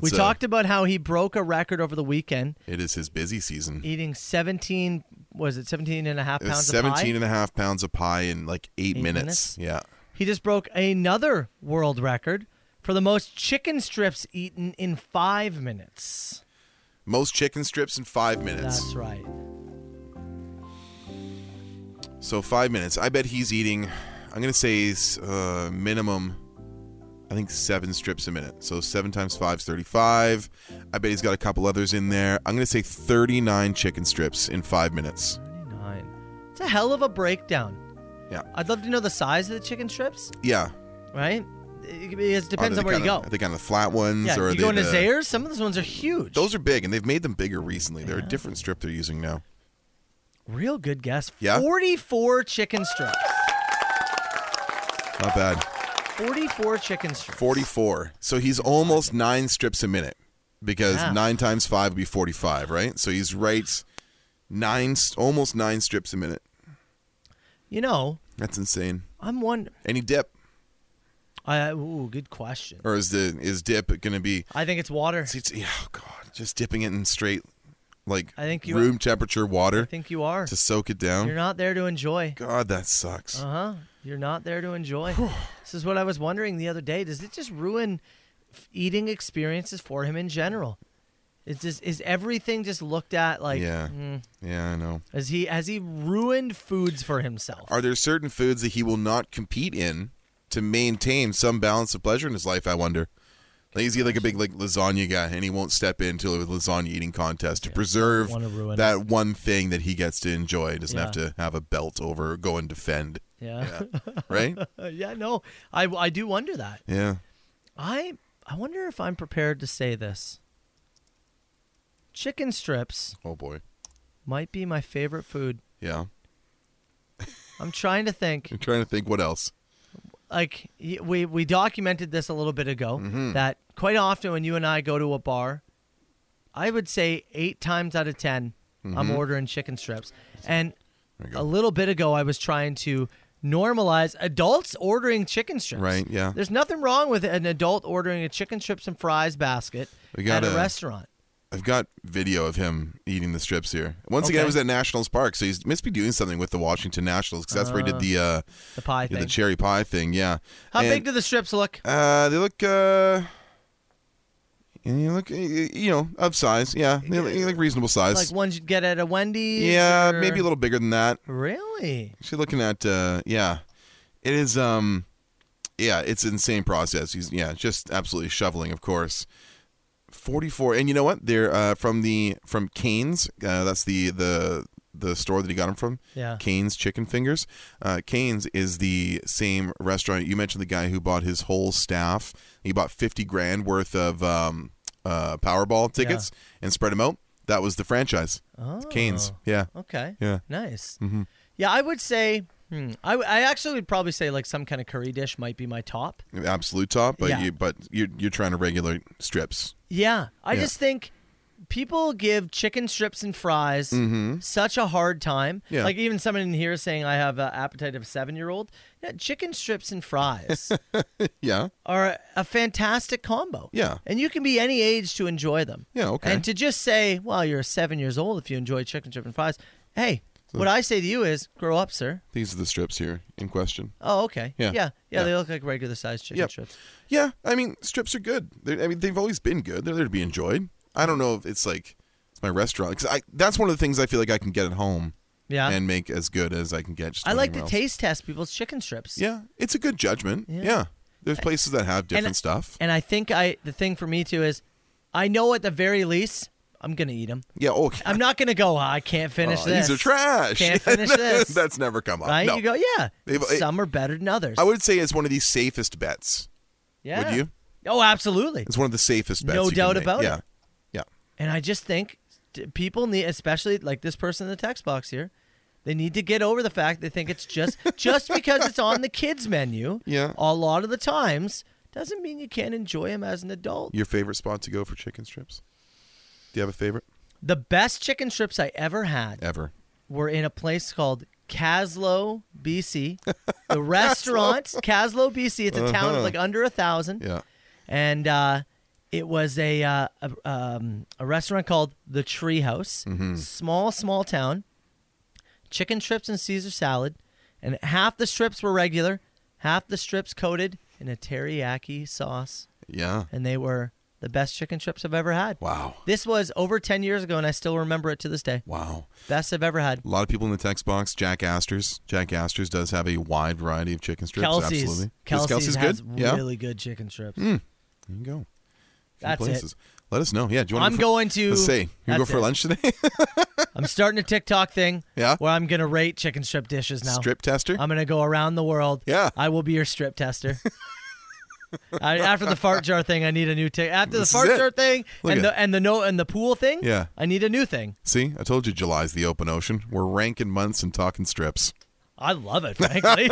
we It's, uh, talked about how he broke a record over the weekend, It is his busy season. eating 17, was it 17 and a half It was pounds 17 of pie? and a half pounds of pie in like eight, Eight minutes? Yeah. He just broke another world record for the most chicken strips eaten in five minutes. Most chicken strips in five minutes. That's right. So five minutes. I bet he's eating. I'm gonna say s- uh, minimum. I think seven strips a minute. So seven times five is 35. I bet he's got a couple others in there. I'm gonna say 39 chicken strips in five minutes. Nine. It's a hell of a breakdown. Yeah. I'd love to know the size of the chicken strips, Yeah. right? It, it depends Are on Oh, they where you kinda- go. Are they kind of flat ones? Yeah, or are you they go into the- Zayers, some of those ones are huge. Those are big, and they've made them bigger recently. They're a different strip they're using now. Real good guess. Yeah? 44 chicken strips. Not bad. 44 chicken strips. 44. So he's almost nine strips a minute because Yeah. nine times five would be 45, right? So he's right nine, s- almost nine strips a minute. You know, That's insane. I'm wondering. Any dip, I ooh, good question. or is the is dip going to be I think it's water. it's, yeah, oh god, just dipping it in straight like I think you- room temperature water I think you are. to soak it down? You're not there to enjoy. God, that sucks. Uh huh. You're not there to enjoy. this is what I was wondering the other day. Does it just ruin f- eating experiences for him in general? Is just is everything just looked at like? yeah, mm, yeah, I know. has he has he ruined foods for himself? Are there certain foods that he will not compete in to maintain some balance of pleasure in his life? I wonder. Like he's like a big like lasagna guy, and he won't step into a lasagna eating contest to preserve wanna ruin that one thing that he gets to enjoy. He doesn't have Yeah. to have a belt over, or go [LAUGHS] and defend. Yeah. right? yeah. No. I I do wonder that. Yeah. I I wonder if I'm prepared to say this. chicken strips. Oh boy. Might be my favorite food. Yeah. I'm trying to think. I'm trying to think what else. Like y- we we documented this a little bit ago Mm-hmm. that quite often when you and I go to a bar, I would say eight times out of 10 i Mm-hmm. I'm Mhm. ordering chicken strips. And a little bit ago, I was trying to normalize adults ordering chicken strips. Right, yeah. There's nothing wrong with an adult ordering a chicken strips and fries basket We got at a a- restaurant. I've got video of him eating the strips here. Once again, Okay. it was at Nationals Park, so he must be doing something with the Washington Nationals because that's where he did Ah, the uh, the pie the thing. cherry pie thing. Yeah. How And, big do the strips look? Uh, they look. Uh, you look, uh, you know, of size. Yeah, they look, they look reasonable size. Like ones you'd get at a Wendy's? Yeah, or- maybe a little bigger than that. Really? Actually, looking at uh, yeah, it is. Um, yeah, it's an insane process. He's yeah, just absolutely shoveling, of course. Forty-four, and you know what? They're uh, from the from Canes. Uh, that's the the the store that he got them from. Yeah. Canes Chicken Fingers. Uh, Canes is the same restaurant. You mentioned the guy who bought his whole staff. He bought fifty grand worth of um, uh, Powerball tickets and spread them out. That was the franchise. It's Canes. Oh, Yeah. Okay. Yeah. Nice. hmm Yeah, I would say. Hmm, I, w- I actually would probably say like some kind of curry dish might be my top. absolute top, but Yeah. you but you're you're trying to regulate strips. Yeah, I Yeah. just think people give chicken strips and fries Mhm. such a hard time. Yeah. Like even someone in here saying I have an appetite of a seven-year-old. Yeah, chicken strips and [LAUGHS] fries Yeah. are a fantastic combo. Yeah. and you can be any age to enjoy them. Yeah, okay. And to just say, well, you're seven years old if you enjoy chicken strip and fries. Hey, what I say to you is, grow up, sir. These are the strips here in question. Oh, okay. Yeah. Yeah. Yeah. Yeah. They look like regular sized chicken Yep. strips. Yeah, I mean strips are good. They're, I mean they've always been good. They're there to be enjoyed. I don't know if it's like it's my restaurant 'cause I that's one of the things I feel like I can get at home. Yeah. And make as good as I can get. Just I from like to anywhere else. taste test people's chicken strips. Yeah, it's a good judgment. Yeah. There's places that have different and, stuff. And I think I the thing for me too is, I know at the very least I'm gonna eat them. Yeah. Okay. I'm not gonna go. "Ah, I can't finish [LAUGHS] Oh, this. These are trash. Can't finish this. [LAUGHS] that's never come up. right? No. You go. Yeah. They've- it- Some are better than others. I would say it's one of the safest bets. yeah. Would you? Oh, absolutely. It's one of the safest bets. No you can doubt make. about it. yeah. Yeah. And I just think t- people need, especially like this person in the text box here, they need to get over the fact they think it's [LAUGHS] just just because it's on the kids menu. Yeah. A lot of the times doesn't mean you can't enjoy them as an adult. Your favorite spot to go for chicken strips? Do you have a favorite The best chicken strips I ever had ever? were in a place called Caslow, [LAUGHS] BC. The restaurant Caslow, BC. It's a town Uh-huh. of like under a thousand. Yeah. and uh, it was a uh, a, um, a restaurant called the Tree House. Mm-hmm. Small, small town. Chicken strips and Caesar salad, and half the strips were regular, half the strips coated in a teriyaki sauce, Yeah. and they were the best chicken strips I've ever had. Wow. This was over ten years ago, and I still remember it to this day. Wow. Best I've ever had. A lot of people in the text box. Jack Astor's. Jack Astor's does have a wide variety of chicken strips. Kelsey's. Absolutely. Kelsey's, Kelsey's has good. Yeah. really good chicken strips. Mm. There you go. Few That's it. places. Let us know. Yeah. Do you want I'm going to- Let's say you go That's for it. lunch today. [LAUGHS] I'm starting a TikTok thing. Yeah. Where I'm gonna rate chicken strip dishes now. Strip tester? I'm gonna go around the world. Yeah. I will be your strip tester. [LAUGHS] I, after the fart jar thing, I need a new tick. After This is the fart it. jar thing Look and at- the and the no and the pool thing, Yeah. I need a new thing. See, I told you July's the open ocean. We're ranking months and talking strips. I love it, [LAUGHS] frankly.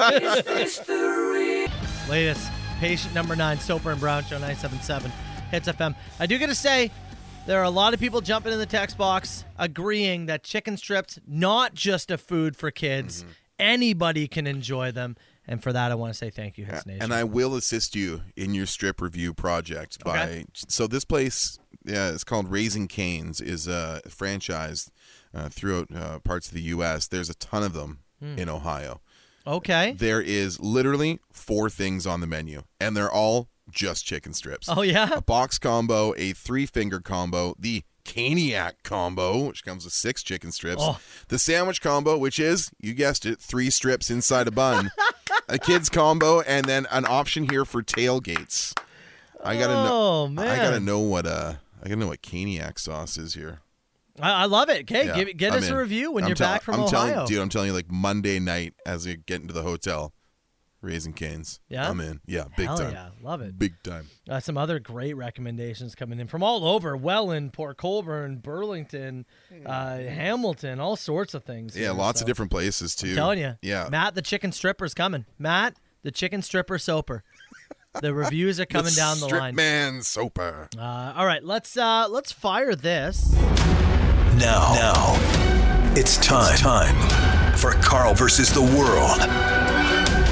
Latest patient number nine, Soper and Brown Show 977 Hits FM. I do gotta say, there are a lot of people jumping in the text box agreeing that chicken strips not just a food for Mm-hmm. kids. Anybody can enjoy them, and for that, I want to say thank you, Hits Nation. And I will assist you in your strip review project by Okay. so this place, yeah, it's called Raising Canes, is a franchise uh, throughout uh, parts of the U.S. There's a ton of them Hmm. in Ohio. okay. There is literally four things on the menu, and they're all just chicken strips. Oh, yeah? a box combo, a three finger combo, the Caniac combo, which comes with six chicken strips, Oh. the sandwich combo, which is you guessed it, three strips inside a bun, [LAUGHS] a kids combo, and then an option here for tailgates. I gotta Oh, know. I gotta man. know what uh, I gotta know what Caniac sauce is here. I, I love it. Okay, Yeah, give it get I'm us in. a review when I'm you're tell- back from I'm Ohio. Telling, dude, I'm telling you, like Monday night as you get into the hotel, Raising Canes. Yeah? I'm in. Yeah, big Hell time. yeah, love it. Big time. Uh, some other great recommendations coming in from all over Welland, Port Colborne, Burlington, uh, Hamilton, all sorts of things. Yeah, here, lots so. of different places too. I'm telling you. Yeah. Matt the chicken stripper's coming. Matt the chicken stripper soaper. [LAUGHS] The reviews are coming down the Strip line. Man Soper. Uh, all right, let's uh, let's fire this. Now, now, it's time, time for Carl versus the world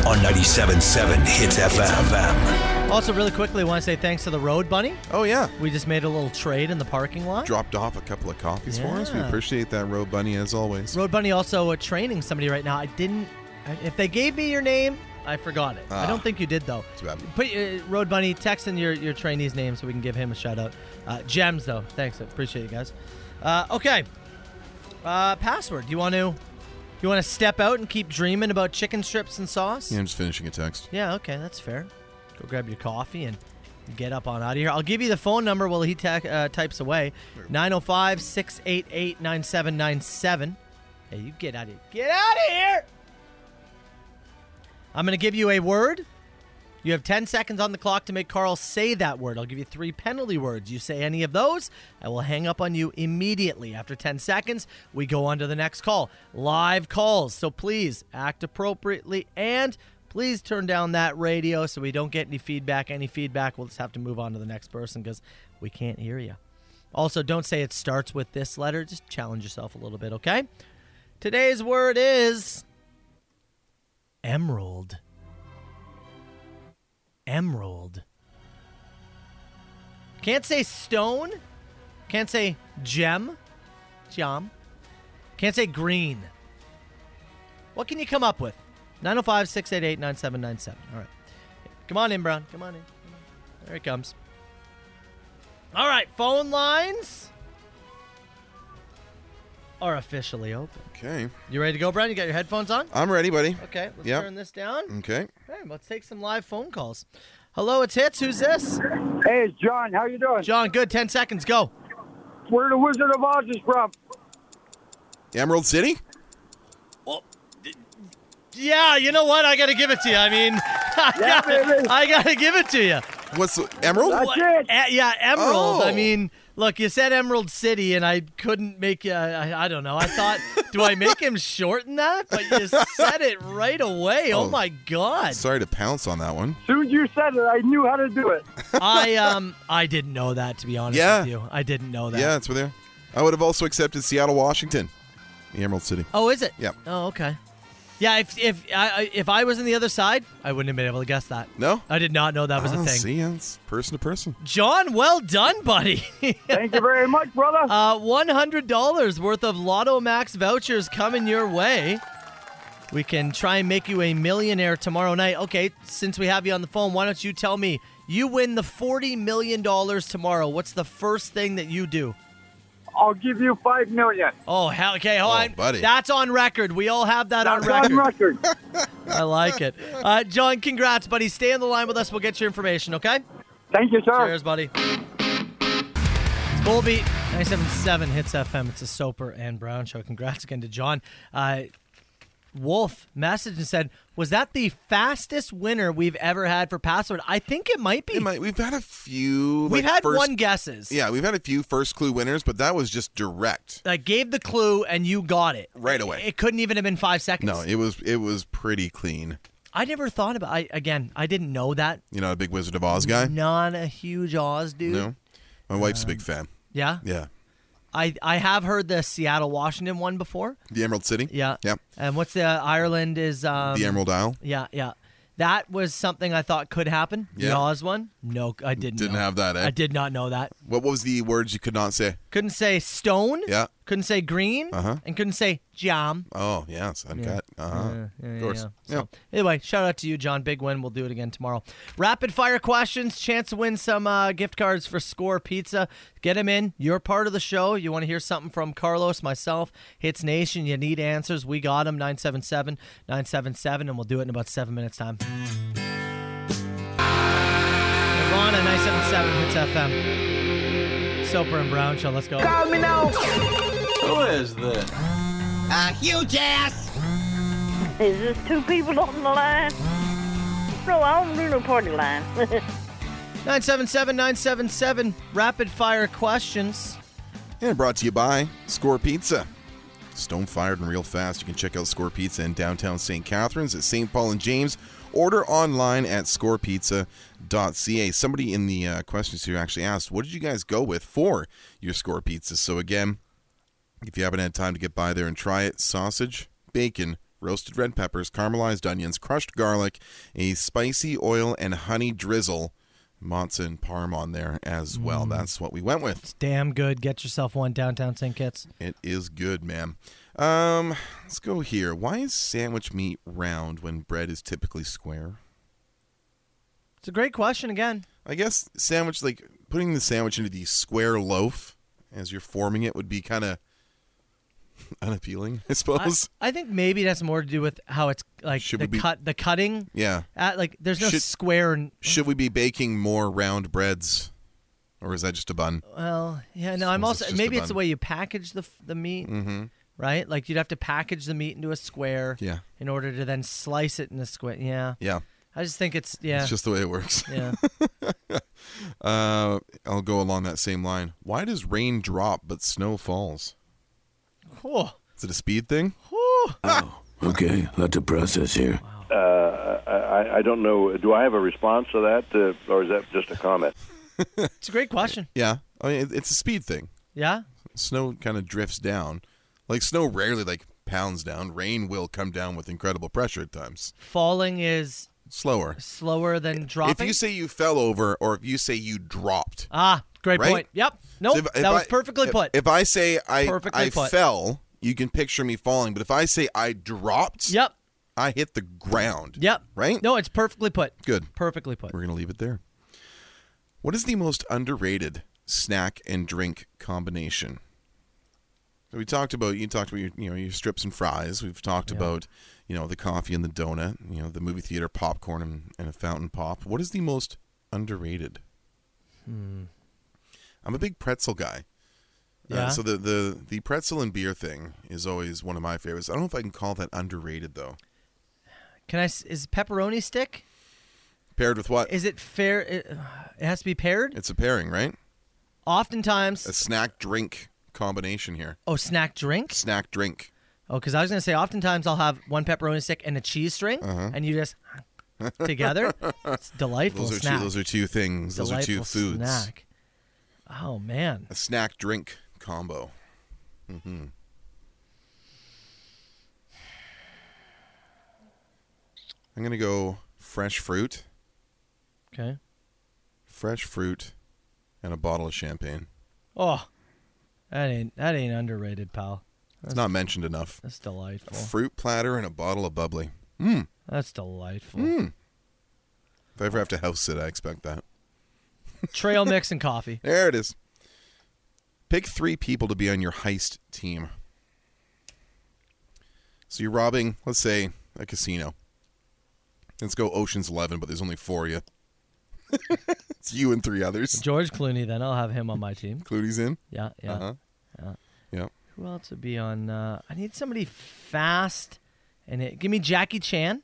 on 97.7 Hits FM. Also, really quickly, want to say thanks to the Road Bunny. Oh yeah, we just made a little trade in the parking lot. Dropped off a couple of coffees for us. We Yeah. appreciate that, Road Bunny, as always. Road Bunny also uh, training somebody right now. I didn't. I- If they gave me your name, I forgot it. I Ah. don't think you did though. Put uh, Road Bunny text in your your trainee's name so we can give him a shout out. Uh, gems though, thanks. I appreciate it, guys. Uh, okay. Uh, password. Do you want to? You want to step out and keep dreaming about chicken strips and sauce? Yeah, I'm just finishing a text. Yeah, okay, that's fair. Go grab your coffee and get up on out of here. I'll give you the phone number while he ta- uh, types away 905 688 9797. Hey, you get out of here. Get out of here! I'm going to give you a word. You have 10 seconds on the clock to make Carl say that word. I'll give you three penalty words. You say any of those, I will hang up on you immediately. After 10 seconds, we go on to the next call. Live calls. So please act appropriately and please turn down that radio so we don't get any feedback. Any feedback, we'll just have to move on to the next person because we can't hear you. Also, don't say it starts with this letter. Just challenge yourself a little bit, okay? Today's word is emerald. Emerald. Can't say stone. Can't say gem. Jam. Can't say green. What can you come up with? 905 688 9797. All right. Come on in, Brown. Come on in. There it comes. All right. Phone lines are officially open. Okay. You ready to go, Brown? You got your headphones on? I'm ready, buddy. Okay. Let's Yep. turn this down. Okay. Hey, let's take some live phone calls. Hello, it's Hits. Who's this? Hey, it's John. How you doing? John, good. Ten seconds. Go. Where the Wizard of Oz is from. Emerald City? Yeah, you know what? I got to give it to you. I mean, [LAUGHS] I Yeah, baby. got to give it to you. What's the, Emerald? What- E- yeah, Emerald. Oh. I mean, look, you said Emerald City, and I couldn't make. Uh, I, I don't know. I thought, do I make [LAUGHS] him shorten that? But you said it right away. oh Oh. my god. Sorry to pounce on that one. soon as you said it, I knew how to do it. I um I didn't know that to be honest Yeah. with you. I didn't know that. Yeah, it's with there. I would have also accepted Seattle, Washington, the Emerald City. Oh, is it? Yep. Oh, okay. Yeah, if if I I- if I was on the other side, I wouldn't have been able to guess that. No? I did not know that was Oh, a thing. See, it's person to person. John, well done, buddy. [LAUGHS] Thank you very much, brother. Uh, one hundred dollars worth of Lotto Max vouchers coming your way. We can try and make you a millionaire tomorrow night. Okay, since we have you on the phone, why don't you tell me you win the forty million dollars tomorrow? What's the first thing that you do? I'll give you five million. Oh, hell, okay, hold on. buddy. That's on record. We all have that on record. I like it. Uh, John, congrats, buddy. Stay on the line with us. We'll get your information, okay? Thank you, sir. Cheers, buddy. It's Bullbeat 97.7 Hits FM. It's a Soper and Brown show. Congrats again to John. Uh, Wolf messaged and said, "Was that the fastest winner we've ever had for password? I think it might be. We've had a few. We've like, had first- one guesses. Yeah, we've had a few first clue winners, but that was just direct I gave the clue and you got it. right away. It couldn't even have been five seconds. No, it was it was pretty clean. I never thought about. I again, I didn't know that. You know, a big Wizard of Oz guy. Not a huge Oz dude. No, my wife's a big fan. Yeah? yeah. I I have heard the Seattle Washington one before. The Emerald City. Yeah. yeah. And what's the uh, Ireland is um, The Emerald Isle. Yeah, yeah. That was something I thought could happen. The Yeah. Oz one? No, I didn't. Didn't know. have that, eh? I did not know that. What was the words you could not say? Couldn't say stone. Yeah. Couldn't say green. Uh-huh. And couldn't say jam. Oh, yes, uncut. Uh-huh. Yeah, yeah, of course. yeah. So, anyway, shout out to you, John. Big win. We'll do it again tomorrow. Rapid fire questions. Chance to win some uh, gift cards for Score Pizza. Get them in. You're part of the show. You want to hear something from Carlos, myself, Hits Nation. You need answers. We got them. 977 977. And we'll do it in about seven minutes' time. Nirvana 977 Hits FM. Soper and Brown Show. Let's go. Call me now. Who is this? A huge ass. Is this two people on the line? Bro, I don't do no party line. 977 977 rapid fire questions. And brought to you by Score Pizza. Stone fired and real fast. You can check out Score Pizza in downtown St. Catharines at St. Paul and James. Order online at scorepizza.ca. Somebody in the uh, questions here actually asked, what did you guys go with for your Score Pizza? So, again, if you haven't had time to get by there and try it, sausage, bacon, roasted red peppers, caramelized onions, crushed garlic, a spicy oil and honey drizzle, mozza and parm on there as well. Mm. That's what we went with. Damn good. Get yourself one downtown St. Kitts. It is good, man. Um, let's go here. Why is sandwich meat round when bread is typically square? It's a great question again. I guess sandwich like putting the sandwich into the square loaf as you're forming it would be kind of [LAUGHS] unappealing, I I, suppose. I think maybe that's more to do with how it's like Should the we be- cut, the cutting. yeah. Uh, like there's no Should- square. And, Should we be baking more round breads, or is that just a bun? well, yeah. No, Suppose I'm also it's just maybe a it's the bun. way you package the f- the meat, Mm-hmm. right? Like you'd have to package the meat into a square. Yeah. In order to then slice it in a square. Yeah. Yeah. I just think it's yeah. It's just the way it works. [LAUGHS] Yeah. Uh, I'll go along that same line. Why does rain drop but snow falls? Cool. Is it a speed thing? Okay, let the process here. Uh, I, I don't know. Do I have a response to that, uh, or is that just a comment? It's a great question. Yeah, I mean it- it's a speed thing. Yeah. Snow kind of drifts down, like snow rarely like pounds down. Rain will come down with incredible pressure at times. Falling is Slower. slower than dropping. If you say you fell over, or if you say you dropped, ah, great right? point. Yep. Nope. So if- if that was I- perfectly if- put. If I say I Perfectly I put. fell, you can picture me falling. But if I say I dropped, yep, I hit the ground. Yep. Right? No, it's perfectly put. Good. Perfectly put. We're gonna leave it there. What is the most underrated snack and drink combination? So we talked about you talked about your you know your strips and fries. We've talked about you know the coffee and the donut. You know the movie theater popcorn and, and a fountain pop. What is the most underrated? Hmm. I'm a big pretzel guy. Uh, Yeah? so the, the the pretzel and beer thing is always one of my favorites. I don't know if I can call that underrated though. Can I? s- Is pepperoni stick? Paired with what? Is it fair? It, it has to be paired. It's a pairing, right? Oftentimes, A snack drink combination here. oh, snack drink. Snack drink. Oh, because I was gonna say, oftentimes I'll have one pepperoni stick and a cheese string, Uh-huh. and you just together. [LAUGHS] It's delightful Those are snack. two. Those are two things. Those are two Delightful foods. snack. Oh man, A snack drink combo. hmm I'm gonna go fresh fruit, Okay. fresh fruit, and a bottle of champagne. Oh, that ain't that ain't underrated, pal. It's not mentioned enough. That's delightful. Fruit platter and a bottle of bubbly. Mm. That's delightful. Mm. If I ever have to house sit, I expect that. Trail mix and coffee. There it is. Pick three people to be on your heist team. So you're robbing, let's say, a casino. Let's go Ocean's Eleven, but there's only four of you. [LAUGHS] it's you and three others. George Clooney. Then I'll have him on my team. Clooney's in. Yeah, yeah, Uh-huh. yeah. Yeah. Who else would be on? Uh, I need somebody fast, and it, give me Jackie Chan.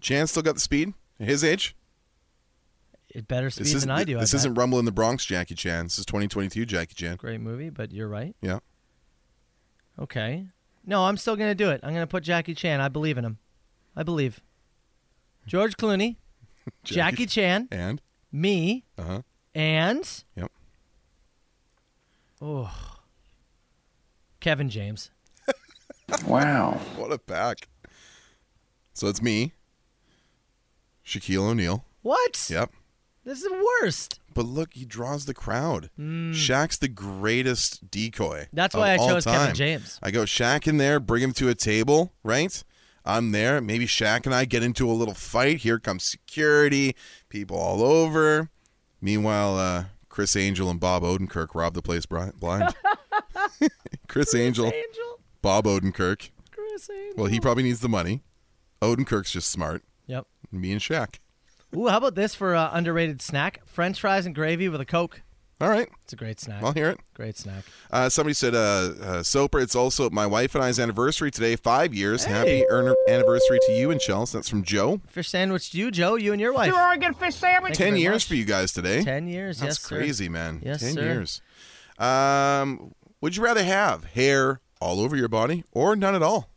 Chan still got the speed. At his age. It better This speed isn't- than I do. I This bet. isn't Rumble in the Bronx, Jackie Chan. This is 2022, Jackie Chan. great movie, but you're right. Yeah. Okay. No, I'm still gonna do it. I'm gonna put Jackie Chan. I believe in him. I believe. George Clooney, Jackie, Jackie- Chan, And me, uh huh. and Yep. oh, Kevin James. Wow. What a pack. So it's me, Shaquille O'Neal. What? Yep. This is the worst. But look, he draws the crowd. Mm. Shaq's the greatest decoy. That's of why I all chose Kevin time. James. I go Shaq in there, bring him to a table, right? I'm there. Maybe Shaq and I get into a little fight. Here comes security, people all over. Meanwhile, uh, Chris Angel and Bob Odenkirk rob the place bri- [LAUGHS] blind. Chris Angel, Angel, Bob Odenkirk. Chris Angel. Well, he probably needs the money. Odenkirk's just smart. Yep. Me and Shaq. Ooh, how about this for uh, underrated snack? French fries and gravy with a Coke. All right. It's a great snack. I'll hear it. Great snack. Uh, somebody said, uh, uh, Soper, it's also my wife and I's anniversary today, five years. Happy Hey. earn- anniversary to you and Chels. That's from Joe. Fish sandwich to you, Joe. You and your wife. Two Oregon fish sandwich. Ten years for you guys today. Ten years, That's yes, sir. crazy, man. Yes, Ten sir. years. Um, would you rather have hair all over your body or none at all?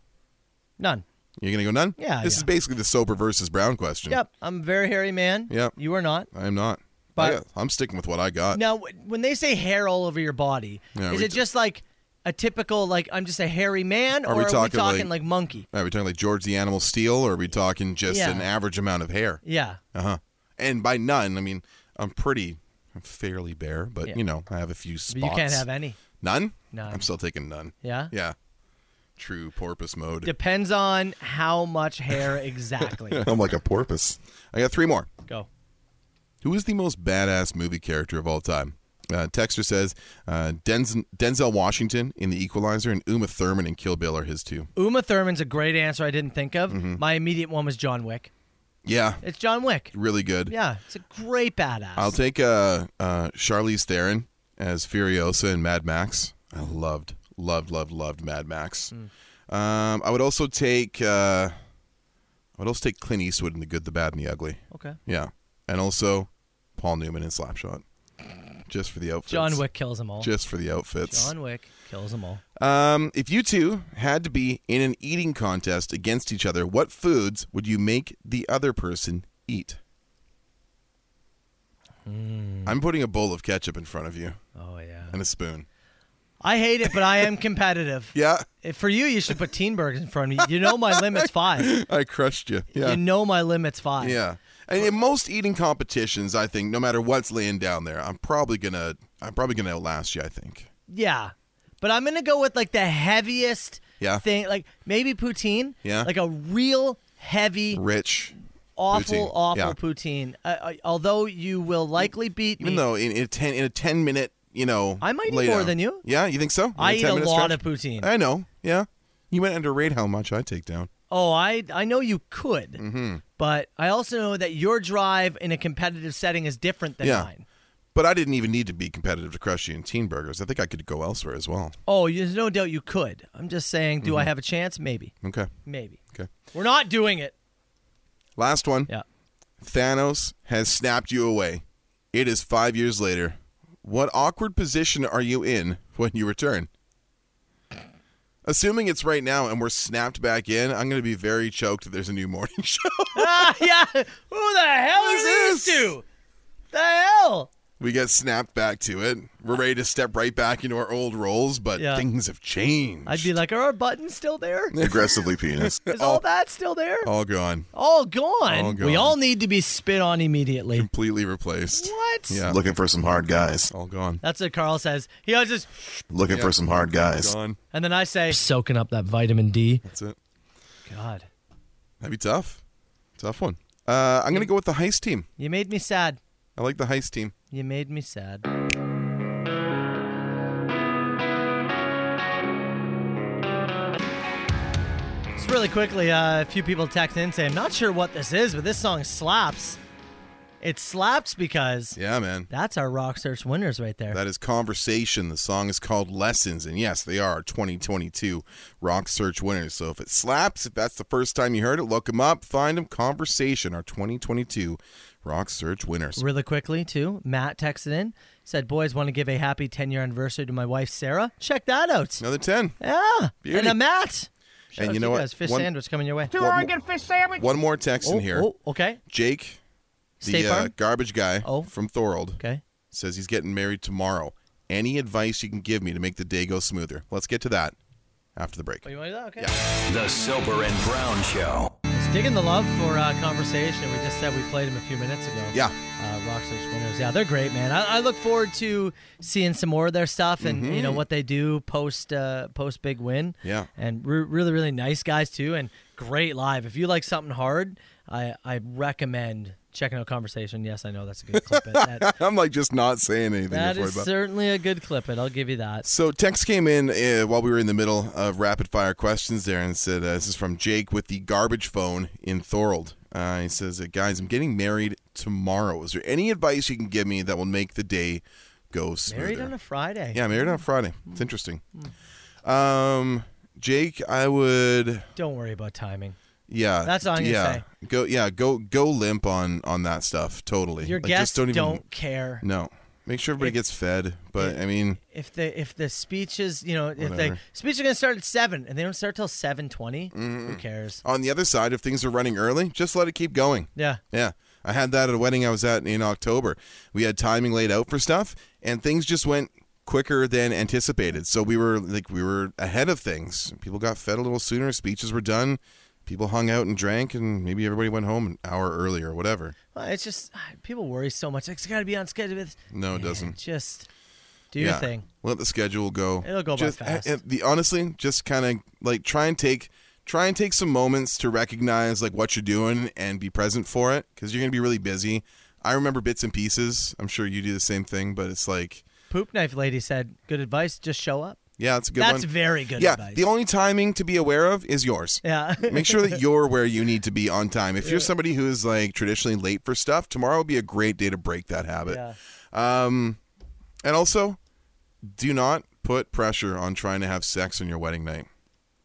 None. You're going to go none? Yeah, This yeah. is basically the sober versus brown question. Yep. I'm a very hairy man. Yep. You are not. I'm not. But- I got- I'm sticking with what I got. Now, w- when they say hair all over your body, Yeah, are is we it just like a typical like I'm just a hairy man, Are or we are talking, we talking like- like, monkey? Are we talking like George the Animal Steel, or are we talking just Yeah. an average amount of hair? Yeah. Uh huh. And by none, I mean I'm pretty, I'm fairly bare, but Yeah. you know I have a few But spots. you can't have any. None. None. I'm still taking none. Yeah? Yeah. True porpoise mode. Depends on how much hair exactly. [LAUGHS] I'm like a porpoise. I got three more. Go. Who is the most badass movie character of all time? Uh, Texter says uh, Denz- Denzel Washington in The Equalizer and Uma Thurman in Kill Bill are his two. Uma Thurman's a great answer I didn't think of. Mm-hmm. My immediate one was John Wick. Yeah, It's John Wick. really good. Yeah, it's a great badass. I'll take uh, uh, Charlize Theron as Furiosa in Mad Max. I loved, loved, loved, loved Mad Max. Hmm. Um, I would also take uh, I would also take Clint Eastwood in The Good, the Bad, and the Ugly. Okay. Yeah, and also Paul Newman in Slapshot, just for the outfits. John Wick kills 'em all. Just for the outfits. John Wick kills them all. Um, if you two had to be in an eating contest against each other, what foods would you make the other person eat? I'm putting a bowl of ketchup in front of you Oh yeah. and a spoon. I hate it, but I am competitive. [LAUGHS] Yeah. If for you, you should put Teen Burgers in front of me. You know my [LAUGHS] limit's five. I crushed you. Yeah. You know my limit's five. yeah. And in most eating competitions, I think no matter what's laying down there, I'm probably gonna I'm probably gonna outlast you. I think. Yeah. But I'm gonna go with like the heaviest Yeah. thing, like maybe poutine. Yeah. Like a real heavy, Rich. awful, poutine. awful Yeah. poutine. Uh, uh, although you will likely beat Even me. though in, in a ten in a ten minute, you know, I might eat lay more down. than you. Yeah, you think so? In I eat 10 a minute lot stretch? of poutine. I know. Yeah, you might underrate how much I take down. oh, I I know you could, Mm-hmm. but I also know that your drive in a competitive setting is different than Yeah. mine. But I didn't even need to be competitive to crush you in Teen Burgers. I think I could go elsewhere as well. Oh, you- there's no doubt you could. I'm just saying, do I Mhm. have a chance? Maybe. Okay. Maybe. Okay. We're not doing it. Last one. Yeah. Thanos has snapped you away. It is five years later. What awkward position are you in when you return? Assuming it's right now and we're snapped back in, I'm going to be very choked that there's a new morning [LAUGHS] show. [LAUGHS] ah, yeah. Who the hell is these two? The hell? We get snapped back to it. We're ready to step right back into our old roles, but Yeah. things have changed. I'd be like, are our buttons still there? [LAUGHS] Aggressively penis. Is all all, that still there? all gone. All gone. All We gone. Oh. all need to be spit on immediately. Completely replaced. What? Yeah. Looking for some hard guys. All gone. That's what Carl says. He always just, Looking for some hard guys. Gone. and then I say, soaking up that vitamin D. That's it. God, That'd be tough. Tough one. Uh, I'm going to go with the heist team. you made me sad. I like the heist team. You made me sad. Just really quickly, uh, a few people text in saying, I'm not sure what this is, but this song slaps. It slaps because Yeah, man. that's our Rock Search winners right there. That is Conversation. The song is called Lessons. And yes, they are 2022 Rock Search winners. So if it slaps, if that's the first time you heard it, look them up, find them. Conversation, our 2022 Rock Search winners. Really quickly, too, Matt texted in, said, Boys, want to give a happy 10 year anniversary to my wife, Sarah. Check that out. Another 10. Yeah. Beauty. And a Matt. Shout And out you to know what? Guys. Fish One- sandwich coming your way. Two One mo- Oregon fish sandwich. One more text Oh, in here. oh, okay. Jake, State the uh, Farm? Oh. garbage guy from Thorold, Okay. says he's getting married tomorrow. Any advice you can give me to make the day go smoother? Let's get to that after the break. Oh, you want to do that? Okay. The Soper and Brown Show. It's digging the love for uh, conversation. We just said we played him a few minutes ago. Yeah. [LAUGHS] uh, Rock Search winners. Yeah, they're great, man. I, I look forward to seeing some more of their stuff and you know Mhm. what they do post uh, post big win. Yeah. and re- really really nice guys too, and great live. If you like something hard, I I recommend checking out Conversation. Yes, I know that's a good clip. [LAUGHS] it. That, I'm like just not saying anything. that before is about- certainly a good clip. It. I'll give you that. So text came in uh, while we were in the middle of rapid fire questions there and said, uh, this is from Jake with the garbage phone in Thorold. Uh, he says, uh, guys, I'm getting married tomorrow. Is there any advice you can give me that will make the day go smoother. Married on a Friday. Hmm. Yeah, married on Friday. It's interesting. Um, Jake, I would. Don't worry about timing. Yeah, That's all I'm gonna yeah, say. Go, yeah, go, go limp on on that stuff. Totally. Your Like, just guests don't, even, care. No, make sure everybody If- gets fed. But I mean, If the if the speeches, you know, if Whatever. the speeches are gonna start at seven and they don't start till seven twenty, who Mm-mm. cares? on the other side, if things are running early, just let it keep going. Yeah. Yeah. I had that at a wedding I was at in October. We had timing laid out for stuff, and things just went quicker than anticipated. So we were like, we were ahead of things. People got fed a little sooner, speeches were done, people hung out and drank, and maybe everybody went home an hour early or whatever. Well, it's just ah, people worry so much. It's got to be on schedule. It's- No, it Yeah, doesn't. Just do your Yeah. thing. Let the schedule go. It'll go by Just- fast. uh, the- honestly, just kind of like try and take try and take some moments to recognize like what you're doing and be present for it because you're gonna be really busy. I remember bits and pieces. I'm sure you do the same thing, but it's like Poop knife lady said, "Good advice. Just show up." yeah, that's a good That's one. very good yeah, advice. the only timing to be aware of is yours. Yeah. Make sure that you're where you need to be on time. If you're Yeah. somebody who is like traditionally late for stuff, tomorrow would be a great day to break that habit. Yeah. Um, and also, do not put pressure on trying to have sex on your wedding night. [LAUGHS]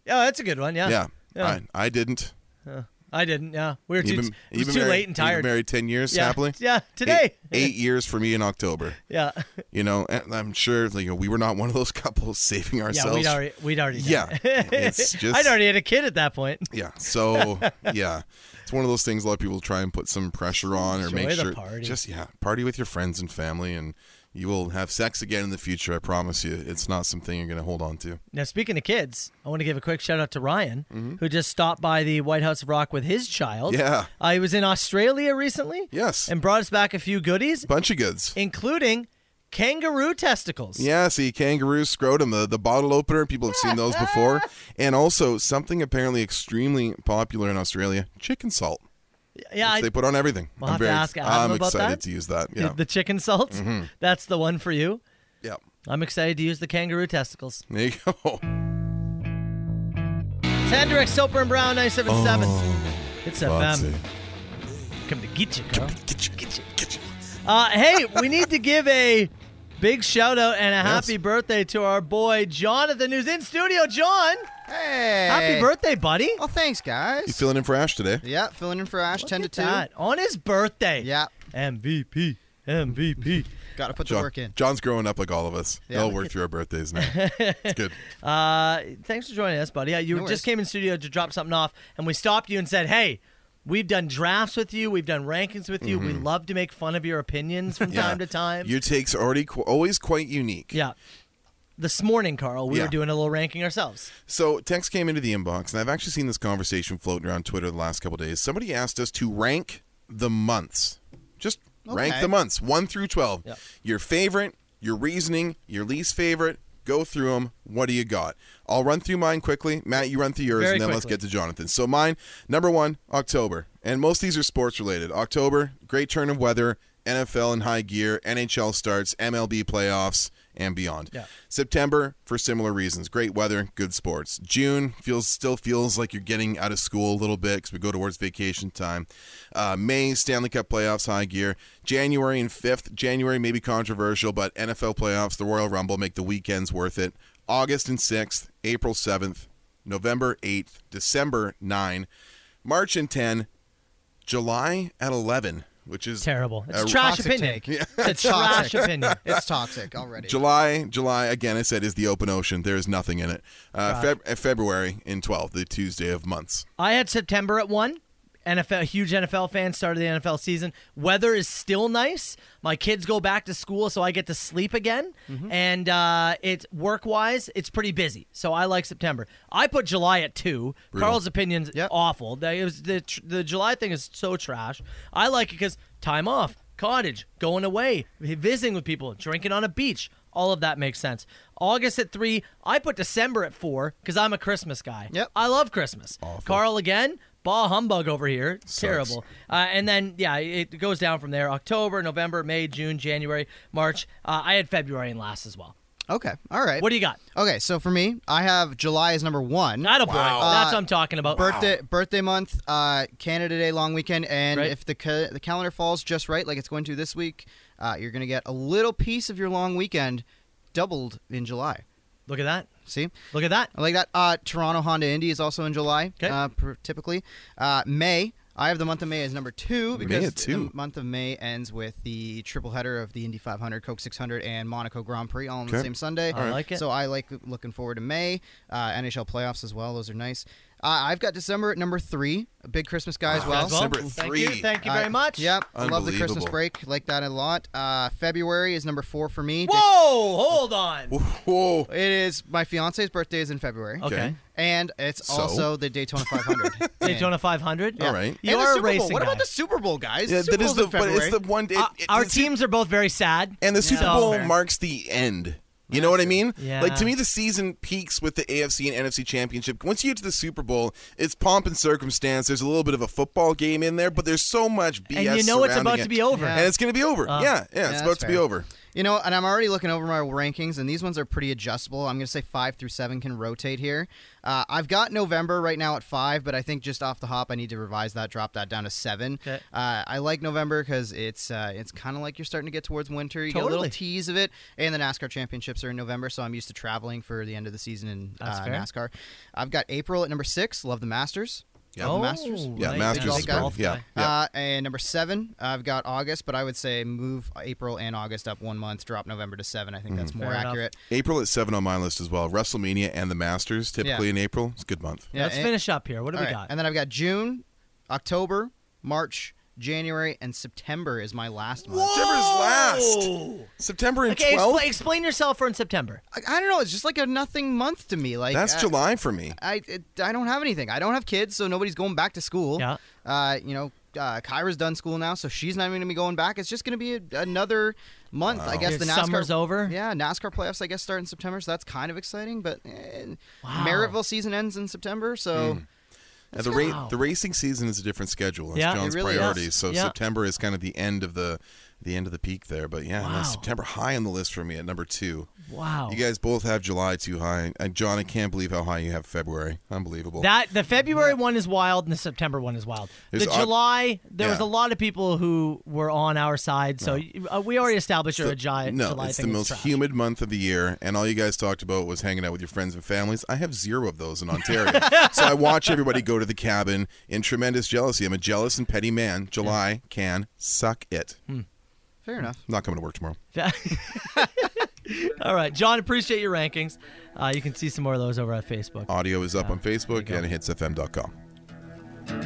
Yeah, that's a good one. Yeah. Yeah, Yeah. I, I didn't. Uh, I didn't. Yeah, we were You've too. been- it you've was been too married- late and you've been tired. married ten years Yeah. happily. Yeah, today. Eight, eight years for me in October. [LAUGHS] Yeah. You know, and I'm sure like we were not one of those [LAUGHS] couples saving Yeah, ourselves. we'd already. We'd already. done Yeah, it. it's [LAUGHS] just- I'd already had a kid at that point. Yeah. So yeah, it's one of those things. A lot of people try and put some pressure on, or Enjoy make the sure party. just yeah, party with your friends and family, and you will have sex again in the future. I promise you, it's not something you're going to hold on to. Now, speaking of kids, I want to give a quick shout out to Ryan, who just stopped by the White House of Rock with his child. Mm-hmm. Yeah. Uh, he was in Australia recently. Yes. And brought us back a few goodies, Bunch of goods. including kangaroo testicles. Yeah, see, kangaroo scrotum, the, the bottle opener. People have seen those before. And also, something apparently extremely popular in Australia chicken salt. Yeah, I, they put on everything. We'll I'm have to very, ask Adam I'm about excited that. to use that. [LAUGHS] the- Yeah. the, chicken salt. Mhm. That's the one for you. Yeah. I'm excited to use the kangaroo testicles. There you go. It's Hendrix, Soper and Brown, 977. Oh, it's Foxy. FM. Come to get you, Carl. Uh, hey, we need to give a big shout out and a happy birthday to our boy Jonathan, who's in studio. John, Hey. happy birthday, buddy! Well, thanks, You guys. filling in for Ash today? Yeah, filling in for Ash, 10 to 2. that, on his birthday. Yeah. MVP, MVP. Got to put John- the work in. John's growing up like all of us. Yeah. They'll work through our birthdays now. It's good. [LAUGHS] Uh, thanks for joining us, buddy. Uh, You No worries. just came in studio to drop something off, and we stopped you and said, "Hey, we've done drafts with you, we've done rankings with you. We Mm-hmm. Mhm. love to make fun of your opinions [LAUGHS] from Yeah. time to time." Your take's already qu- always quite unique. yeah. This morning, Carl, we Yeah. were doing a little ranking ourselves. So text came into the inbox, and I've actually seen this conversation floating around Twitter the last couple days. Somebody asked us to rank the months. Just rank Okay. the months, one through twelve. Yep. Your favorite, your reasoning, your least favorite. Go through them. What do you got? I'll run through mine quickly. Matt, you run through yours, Very and then let's quickly. get to Jonathan. So mine, number one, October, and most of these are sports related. October, great turn of weather. NFL in high gear, NHL starts, MLB playoffs, and beyond. Yeah. September for similar reasons. Great weather, good sports. June feels still feels like you're getting out of school a little bit because we go towards vacation time. Uh, May Stanley Cup playoffs, high gear. January and fifth. January may be controversial, but NFL playoffs, the Royal Rumble make the weekends worth it. August and sixth, April seventh, November eighth, December nine, March and ten, July at eleven, which is Terrible. It's a- trash Uh, Toxic opinion. take. [LAUGHS] It's a trash toxic. opinion. It's toxic already. July, July again. I said is the open ocean. There is nothing in it. Uh, Right. Feb- uh, February in twelve, the Tuesday of months. I had September at one. NFL, huge NFL fan, started the NFL season. Weather is still nice. My kids go back to school, so I get to sleep again. And uh, it's work wise, it's pretty busy. So I like September. I put July at two. Brutal. Carl's opinion's awful. That- It was the tr- the July thing is so trash. I like it because time off, cottage, going away, visiting with people, drinking on a beach. All of that makes sense. August at three. I put December at four because I'm a Christmas guy. Yep. I love Christmas. Carl again. Bah humbug over here. Terrible. Uh, and then, yeah, it goes down from there. October, November, May, June, January, March. Uh, I had February in last as well. Okay. All right. What do you got? Okay, so for me, I have July as number one. Not a boy. That's what I'm talking about. Uh, Birthday, birthday month, uh, Canada Day long weekend, and Right. if the ca- the calendar falls just right, like it's going to this week, uh, you're going to get a little piece of your long weekend doubled in July. Look at that. See? Look at that. I like that. Uh, Toronto Honda Indy is also in July, uh, per- typically. Uh, May, I have the month of May as number two May because at two. the month of May ends with the triple header of the Indy 500, Coke 600, and Monaco Grand Prix all on the Okay. same I Sunday. All right. like it. So I like looking forward to May. Uh, NHL playoffs as well. Those are nice. Uh, I've got December at number three, a big Christmas guy as Ah, well. December Thank three. you. Thank you Uh, very much. Yep, I love the Christmas Unbelievable. break. Like that a lot. Uh, February is number four for me. Whoa! Hold on. Whoa! It is my fiance's birthday is in February. Okay. and it's So? also the Daytona 500. [LAUGHS] Daytona 500. Yeah. All And right. the You are Super a Bowl. racing What about guy. the Super Bowl, guys? Yeah, Super that is Bowl's the in but it's February. the one. It, Uh, it- our it's- teams are both very sad. and the So- Super Bowl marks the end. You know what I mean? Yeah. Like to me, the season peaks with the AFC and NFC championship. Once you get to the Super Bowl, it's pomp and circumstance. There's a little bit of a football game in there, but there's so much BS. And you know it's surrounding about it. to be over. and it's going to be over. Uh, yeah, yeah, it's that's about to be fair. over. You know, and I'm already looking over my rankings, and these ones are pretty adjustable. I'm going to say five through seven can rotate here. Uh, I've got November right now at five, but I think just off the hop, I need to revise that, drop that down to seven. Okay. Uh, I like November because it's uh, it's kind of like you're starting to get towards winter. You get a Totally. little tease of it, and the NASCAR championships are in November, so I'm used to traveling for the end of the season in That's uh, fair. NASCAR. I've got April at number six. Love the Masters. Yeah. Love the Oh, Masters. Yeah, right. Masters Big is golf great. Yeah, guy. yeah. Uh, and number seven, I've got August, but I would say move April and August up one month, drop November to seven. I think that's Mhm. more Mm-hmm. Fair enough. accurate. April at seven on my list as well. WrestleMania and the Masters typically Yeah. in April. It's a good month. Yeah, Let's and- finish up here. What do we All right. got? And then I've got June, October, March, January, and September is my last month. September's last. September and Okay, twelve. expla- explain yourself for in September. I, I don't know. It's just like a nothing month to me. Like That's uh, July for me. I it, I don't have anything. I don't have kids, so nobody's going back to school. Yeah. Uh, you know, uh, Kyra's done school now, so she's not even gonna be going back. It's just gonna be a, another month. I Wow. guess Your the NASCAR summer's over. Yeah, NASCAR playoffs I guess start in September, so that's kind of exciting. But eh, Merrittville season ends in September, so. Now, the, ra- the racing season is a different schedule. It's Yeah. It John's really is. priorities. So Yeah. September is kind of the end of the the end of the peak there. But yeah, no, Wow. Oh. September high on the list for me at number two. Wow. You guys both have July too high. And John, I can't believe how high you have February. Unbelievable. That the February one is wild and the September one is wild. There's the odd- July there was a Yeah. lot of people who were on our side, so uh, we already established you're a giant no, July it's the thing. most humid month of the year, and all you guys talked about was hanging out with your friends and families. I have zero of those in Ontario, [LAUGHS] so I watch everybody go to the cabin in tremendous jealousy. I'm a jealous and petty man. July can suck it. Hmm. Fair enough. Not coming to work tomorrow. All right, John, appreciate your rankings. Uh, you can see some more of those over at Facebook. Audio is up on Facebook and hitsfm.com.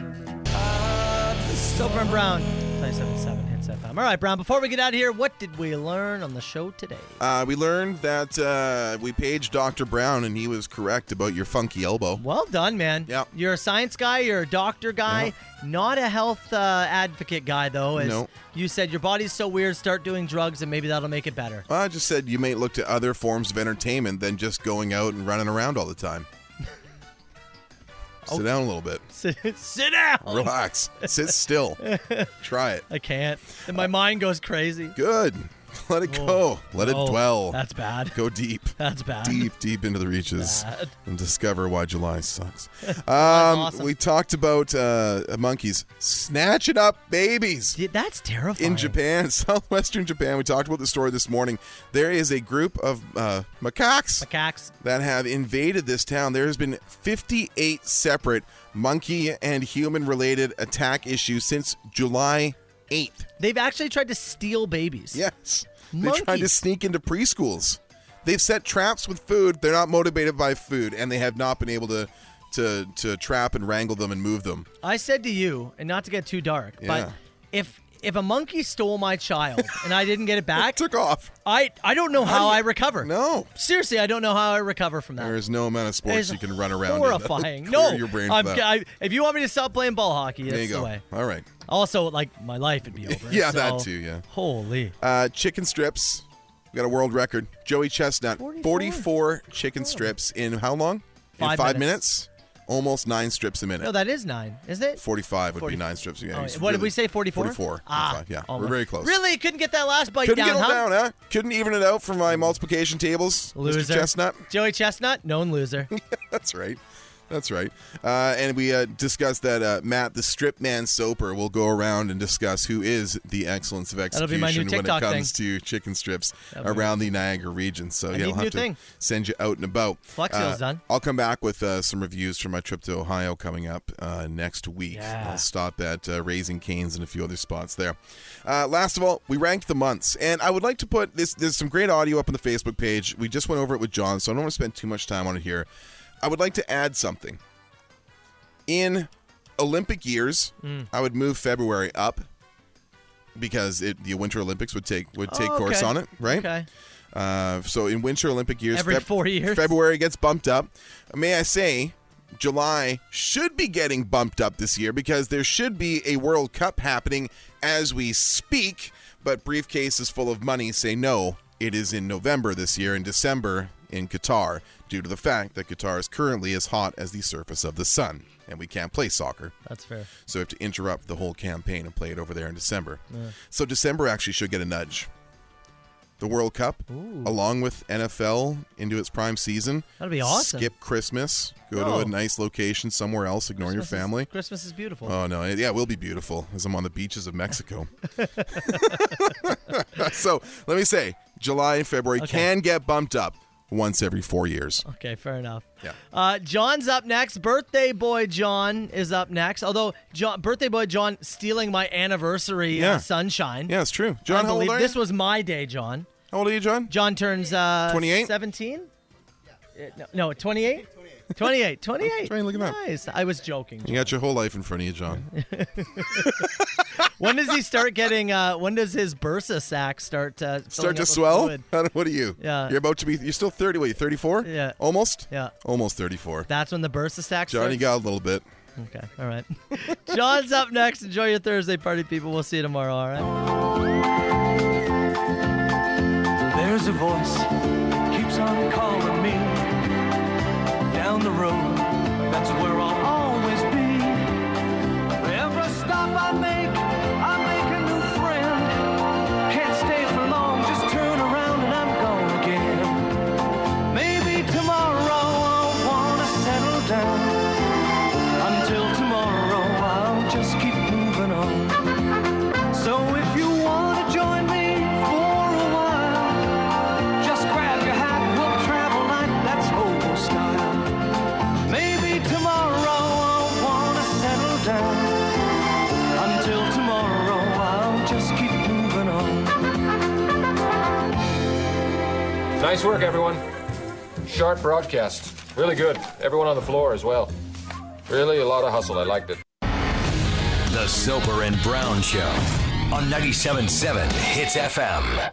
Soper and Brown, 97.7 Hits FM. All right, Brown, before we get out of here, what did we learn on the show today? Uh, we learned that uh, we paged Dr. Brown and he was correct about your funky elbow. Well done, man. Yeah. You're a science guy, you're a doctor guy, not a health uh, advocate guy, though. As No. You said your body's so weird, start doing drugs, and maybe that'll make it better. [LAUGHS] I just said you may look to other forms of entertainment than just going out and running around all the time. Oh. Sit down a little bit. Sit, sit down. Relax. [LAUGHS] Sit still. Try it. I can't. And my mind goes crazy. Good. Let it go. Let Oh, it dwell. That's bad. Go deep. That's bad. [LAUGHS] Deep, deep into the reaches Bad. and discover why [LAUGHS] July sucks. Um, awesome. We talked about uh, monkeys snatching up babies. that's terrifying. In Japan, [LAUGHS] southwestern Japan, we talked about the story this morning. There is a group of uh, macaques Macaques. that have invaded this town. There has been 58 separate monkey and human related attack issues since July 8th. They've actually tried to steal babies. [LAUGHS] Yes. They tried to sneak into preschools. They've set traps with food. They're not motivated by food, and they have not been able to to to trap and wrangle them and move them. I said to you, and not to get too dark, Yeah. but if if a monkey stole my child and I didn't get it back, [LAUGHS] took off. I I don't know how I recover. [LAUGHS] No, seriously, I don't know how I recover from that. There is no amount of It's sports you can run around. in [LAUGHS] that'll Horrifying. clear No, your brain. for I'm- that. I- if you want me to stop playing ball hockey, that's there you the go. way. All right. Also, like my life [LAUGHS] would be over. Yeah, so- that too. Yeah. Holy. Uh, chicken strips. We got a world record. Joey Chestnut, 44, chicken strips in how long? Five in five minutes. minutes. Almost nine strips a minute. No, that is nine, isn't it? 45 would 40. be nine strips. Yeah, Oh, he's what did really- we say? 44? 44. Ah, Five, yeah, almost. we're very close. Really, couldn't get that last bite Couldn't down, get them huh? down, huh? Couldn't even it out for my multiplication tables. Mr. Loser. Chestnut. [LAUGHS] Joey Chestnut, known loser. That's right. That's right. Uh, and we uh, discussed that uh, Matt, the strip man soaper, will go around and discuss who is the excellence of That'll execution be my new when it TikTok comes to chicken strips That'll be around the Niagara region. So I yeah, need we'll a new have to thing. send you out and about. Uh, Flex Seal's done. I'll come back with uh, some reviews from my trip to Ohio coming up uh, next week. Yeah. I'll stop at uh, Raising Canes and a few other spots there. Uh, last of all, we ranked the months, and I would like to put this. There's some great audio up on the Facebook page. We just went over it with John, so I don't want to spend too much time on it here. I would like to add something. In Olympic years, Mm. I would move February up because it, the Winter Olympics would take would take Oh, course okay. on it, [LAUGHS] right? Okay. Uh, so in Winter Olympic years, Every four years. February gets bumped up. May I say, July should be getting bumped up this year because there should be a World Cup happening as we speak. But briefcases full of money say no. It is in November this year, in December in Qatar, due to the fact that Qatar is currently as hot as the surface of the sun, and we can't play soccer. That's fair. So we have to interrupt the whole campaign and play it over there in December. Yeah. So December actually should get a nudge. The World Cup, Ooh. along with NFL into its prime season. That'd be awesome. Skip Christmas, go Oh. to a nice location somewhere else, ignore Christmas your is- family. Christmas is beautiful. Oh no, yeah, it will be beautiful as I'm on the beaches [LAUGHS] of Mexico. [LAUGHS] so let me say, July and February Okay. can get bumped up once every four years. Okay, fair enough. Yeah. Uh, John's up next. Birthday boy John is up next. Although John, birthday boy John, stealing my anniversary uh, Yeah. sunshine. Yeah, it's true. John, how old Unbelievable. are you? This was my day, John. How old are you, John? John turns uh, 28? 17? Yeah. Uh, No, no, 28? 28. 28. Trying to look it up. nice. I was joking. You got your whole life in front of you, John. when does he start getting, uh, when does his bursa sac start uh, filling Start up to with swell? [LAUGHS] fluid? I don't- What are you? Yeah. You're about to be, you're still 30, what, 34? Yeah. Almost? Yeah. Almost 34. That's when the bursa sac Johnny starts? got a little bit. Okay, all right. [LAUGHS] John's up next. Enjoy your Thursday party, people. We'll see you tomorrow, all right? There's a voice keeps on calling me down the road. That's where I'll always be. Every stop I make, I make a new friend. Can't stay for long, just turn around and I'm gone again. Maybe tomorrow I'll wanna settle down. Until tomorrow, I'll just keep moving on. So if you wanna join me for a while. Just grab your hat, we'll travel like that's old style. Maybe tomorrow I'll wanna settle down. Until tomorrow, I'll just keep moving on. Nice work, everyone. Sharp broadcast. Really good. Everyone on the floor as well. Really a lot of hustle. I liked it. The Soper and Brown Show on 97.7 Hits FM.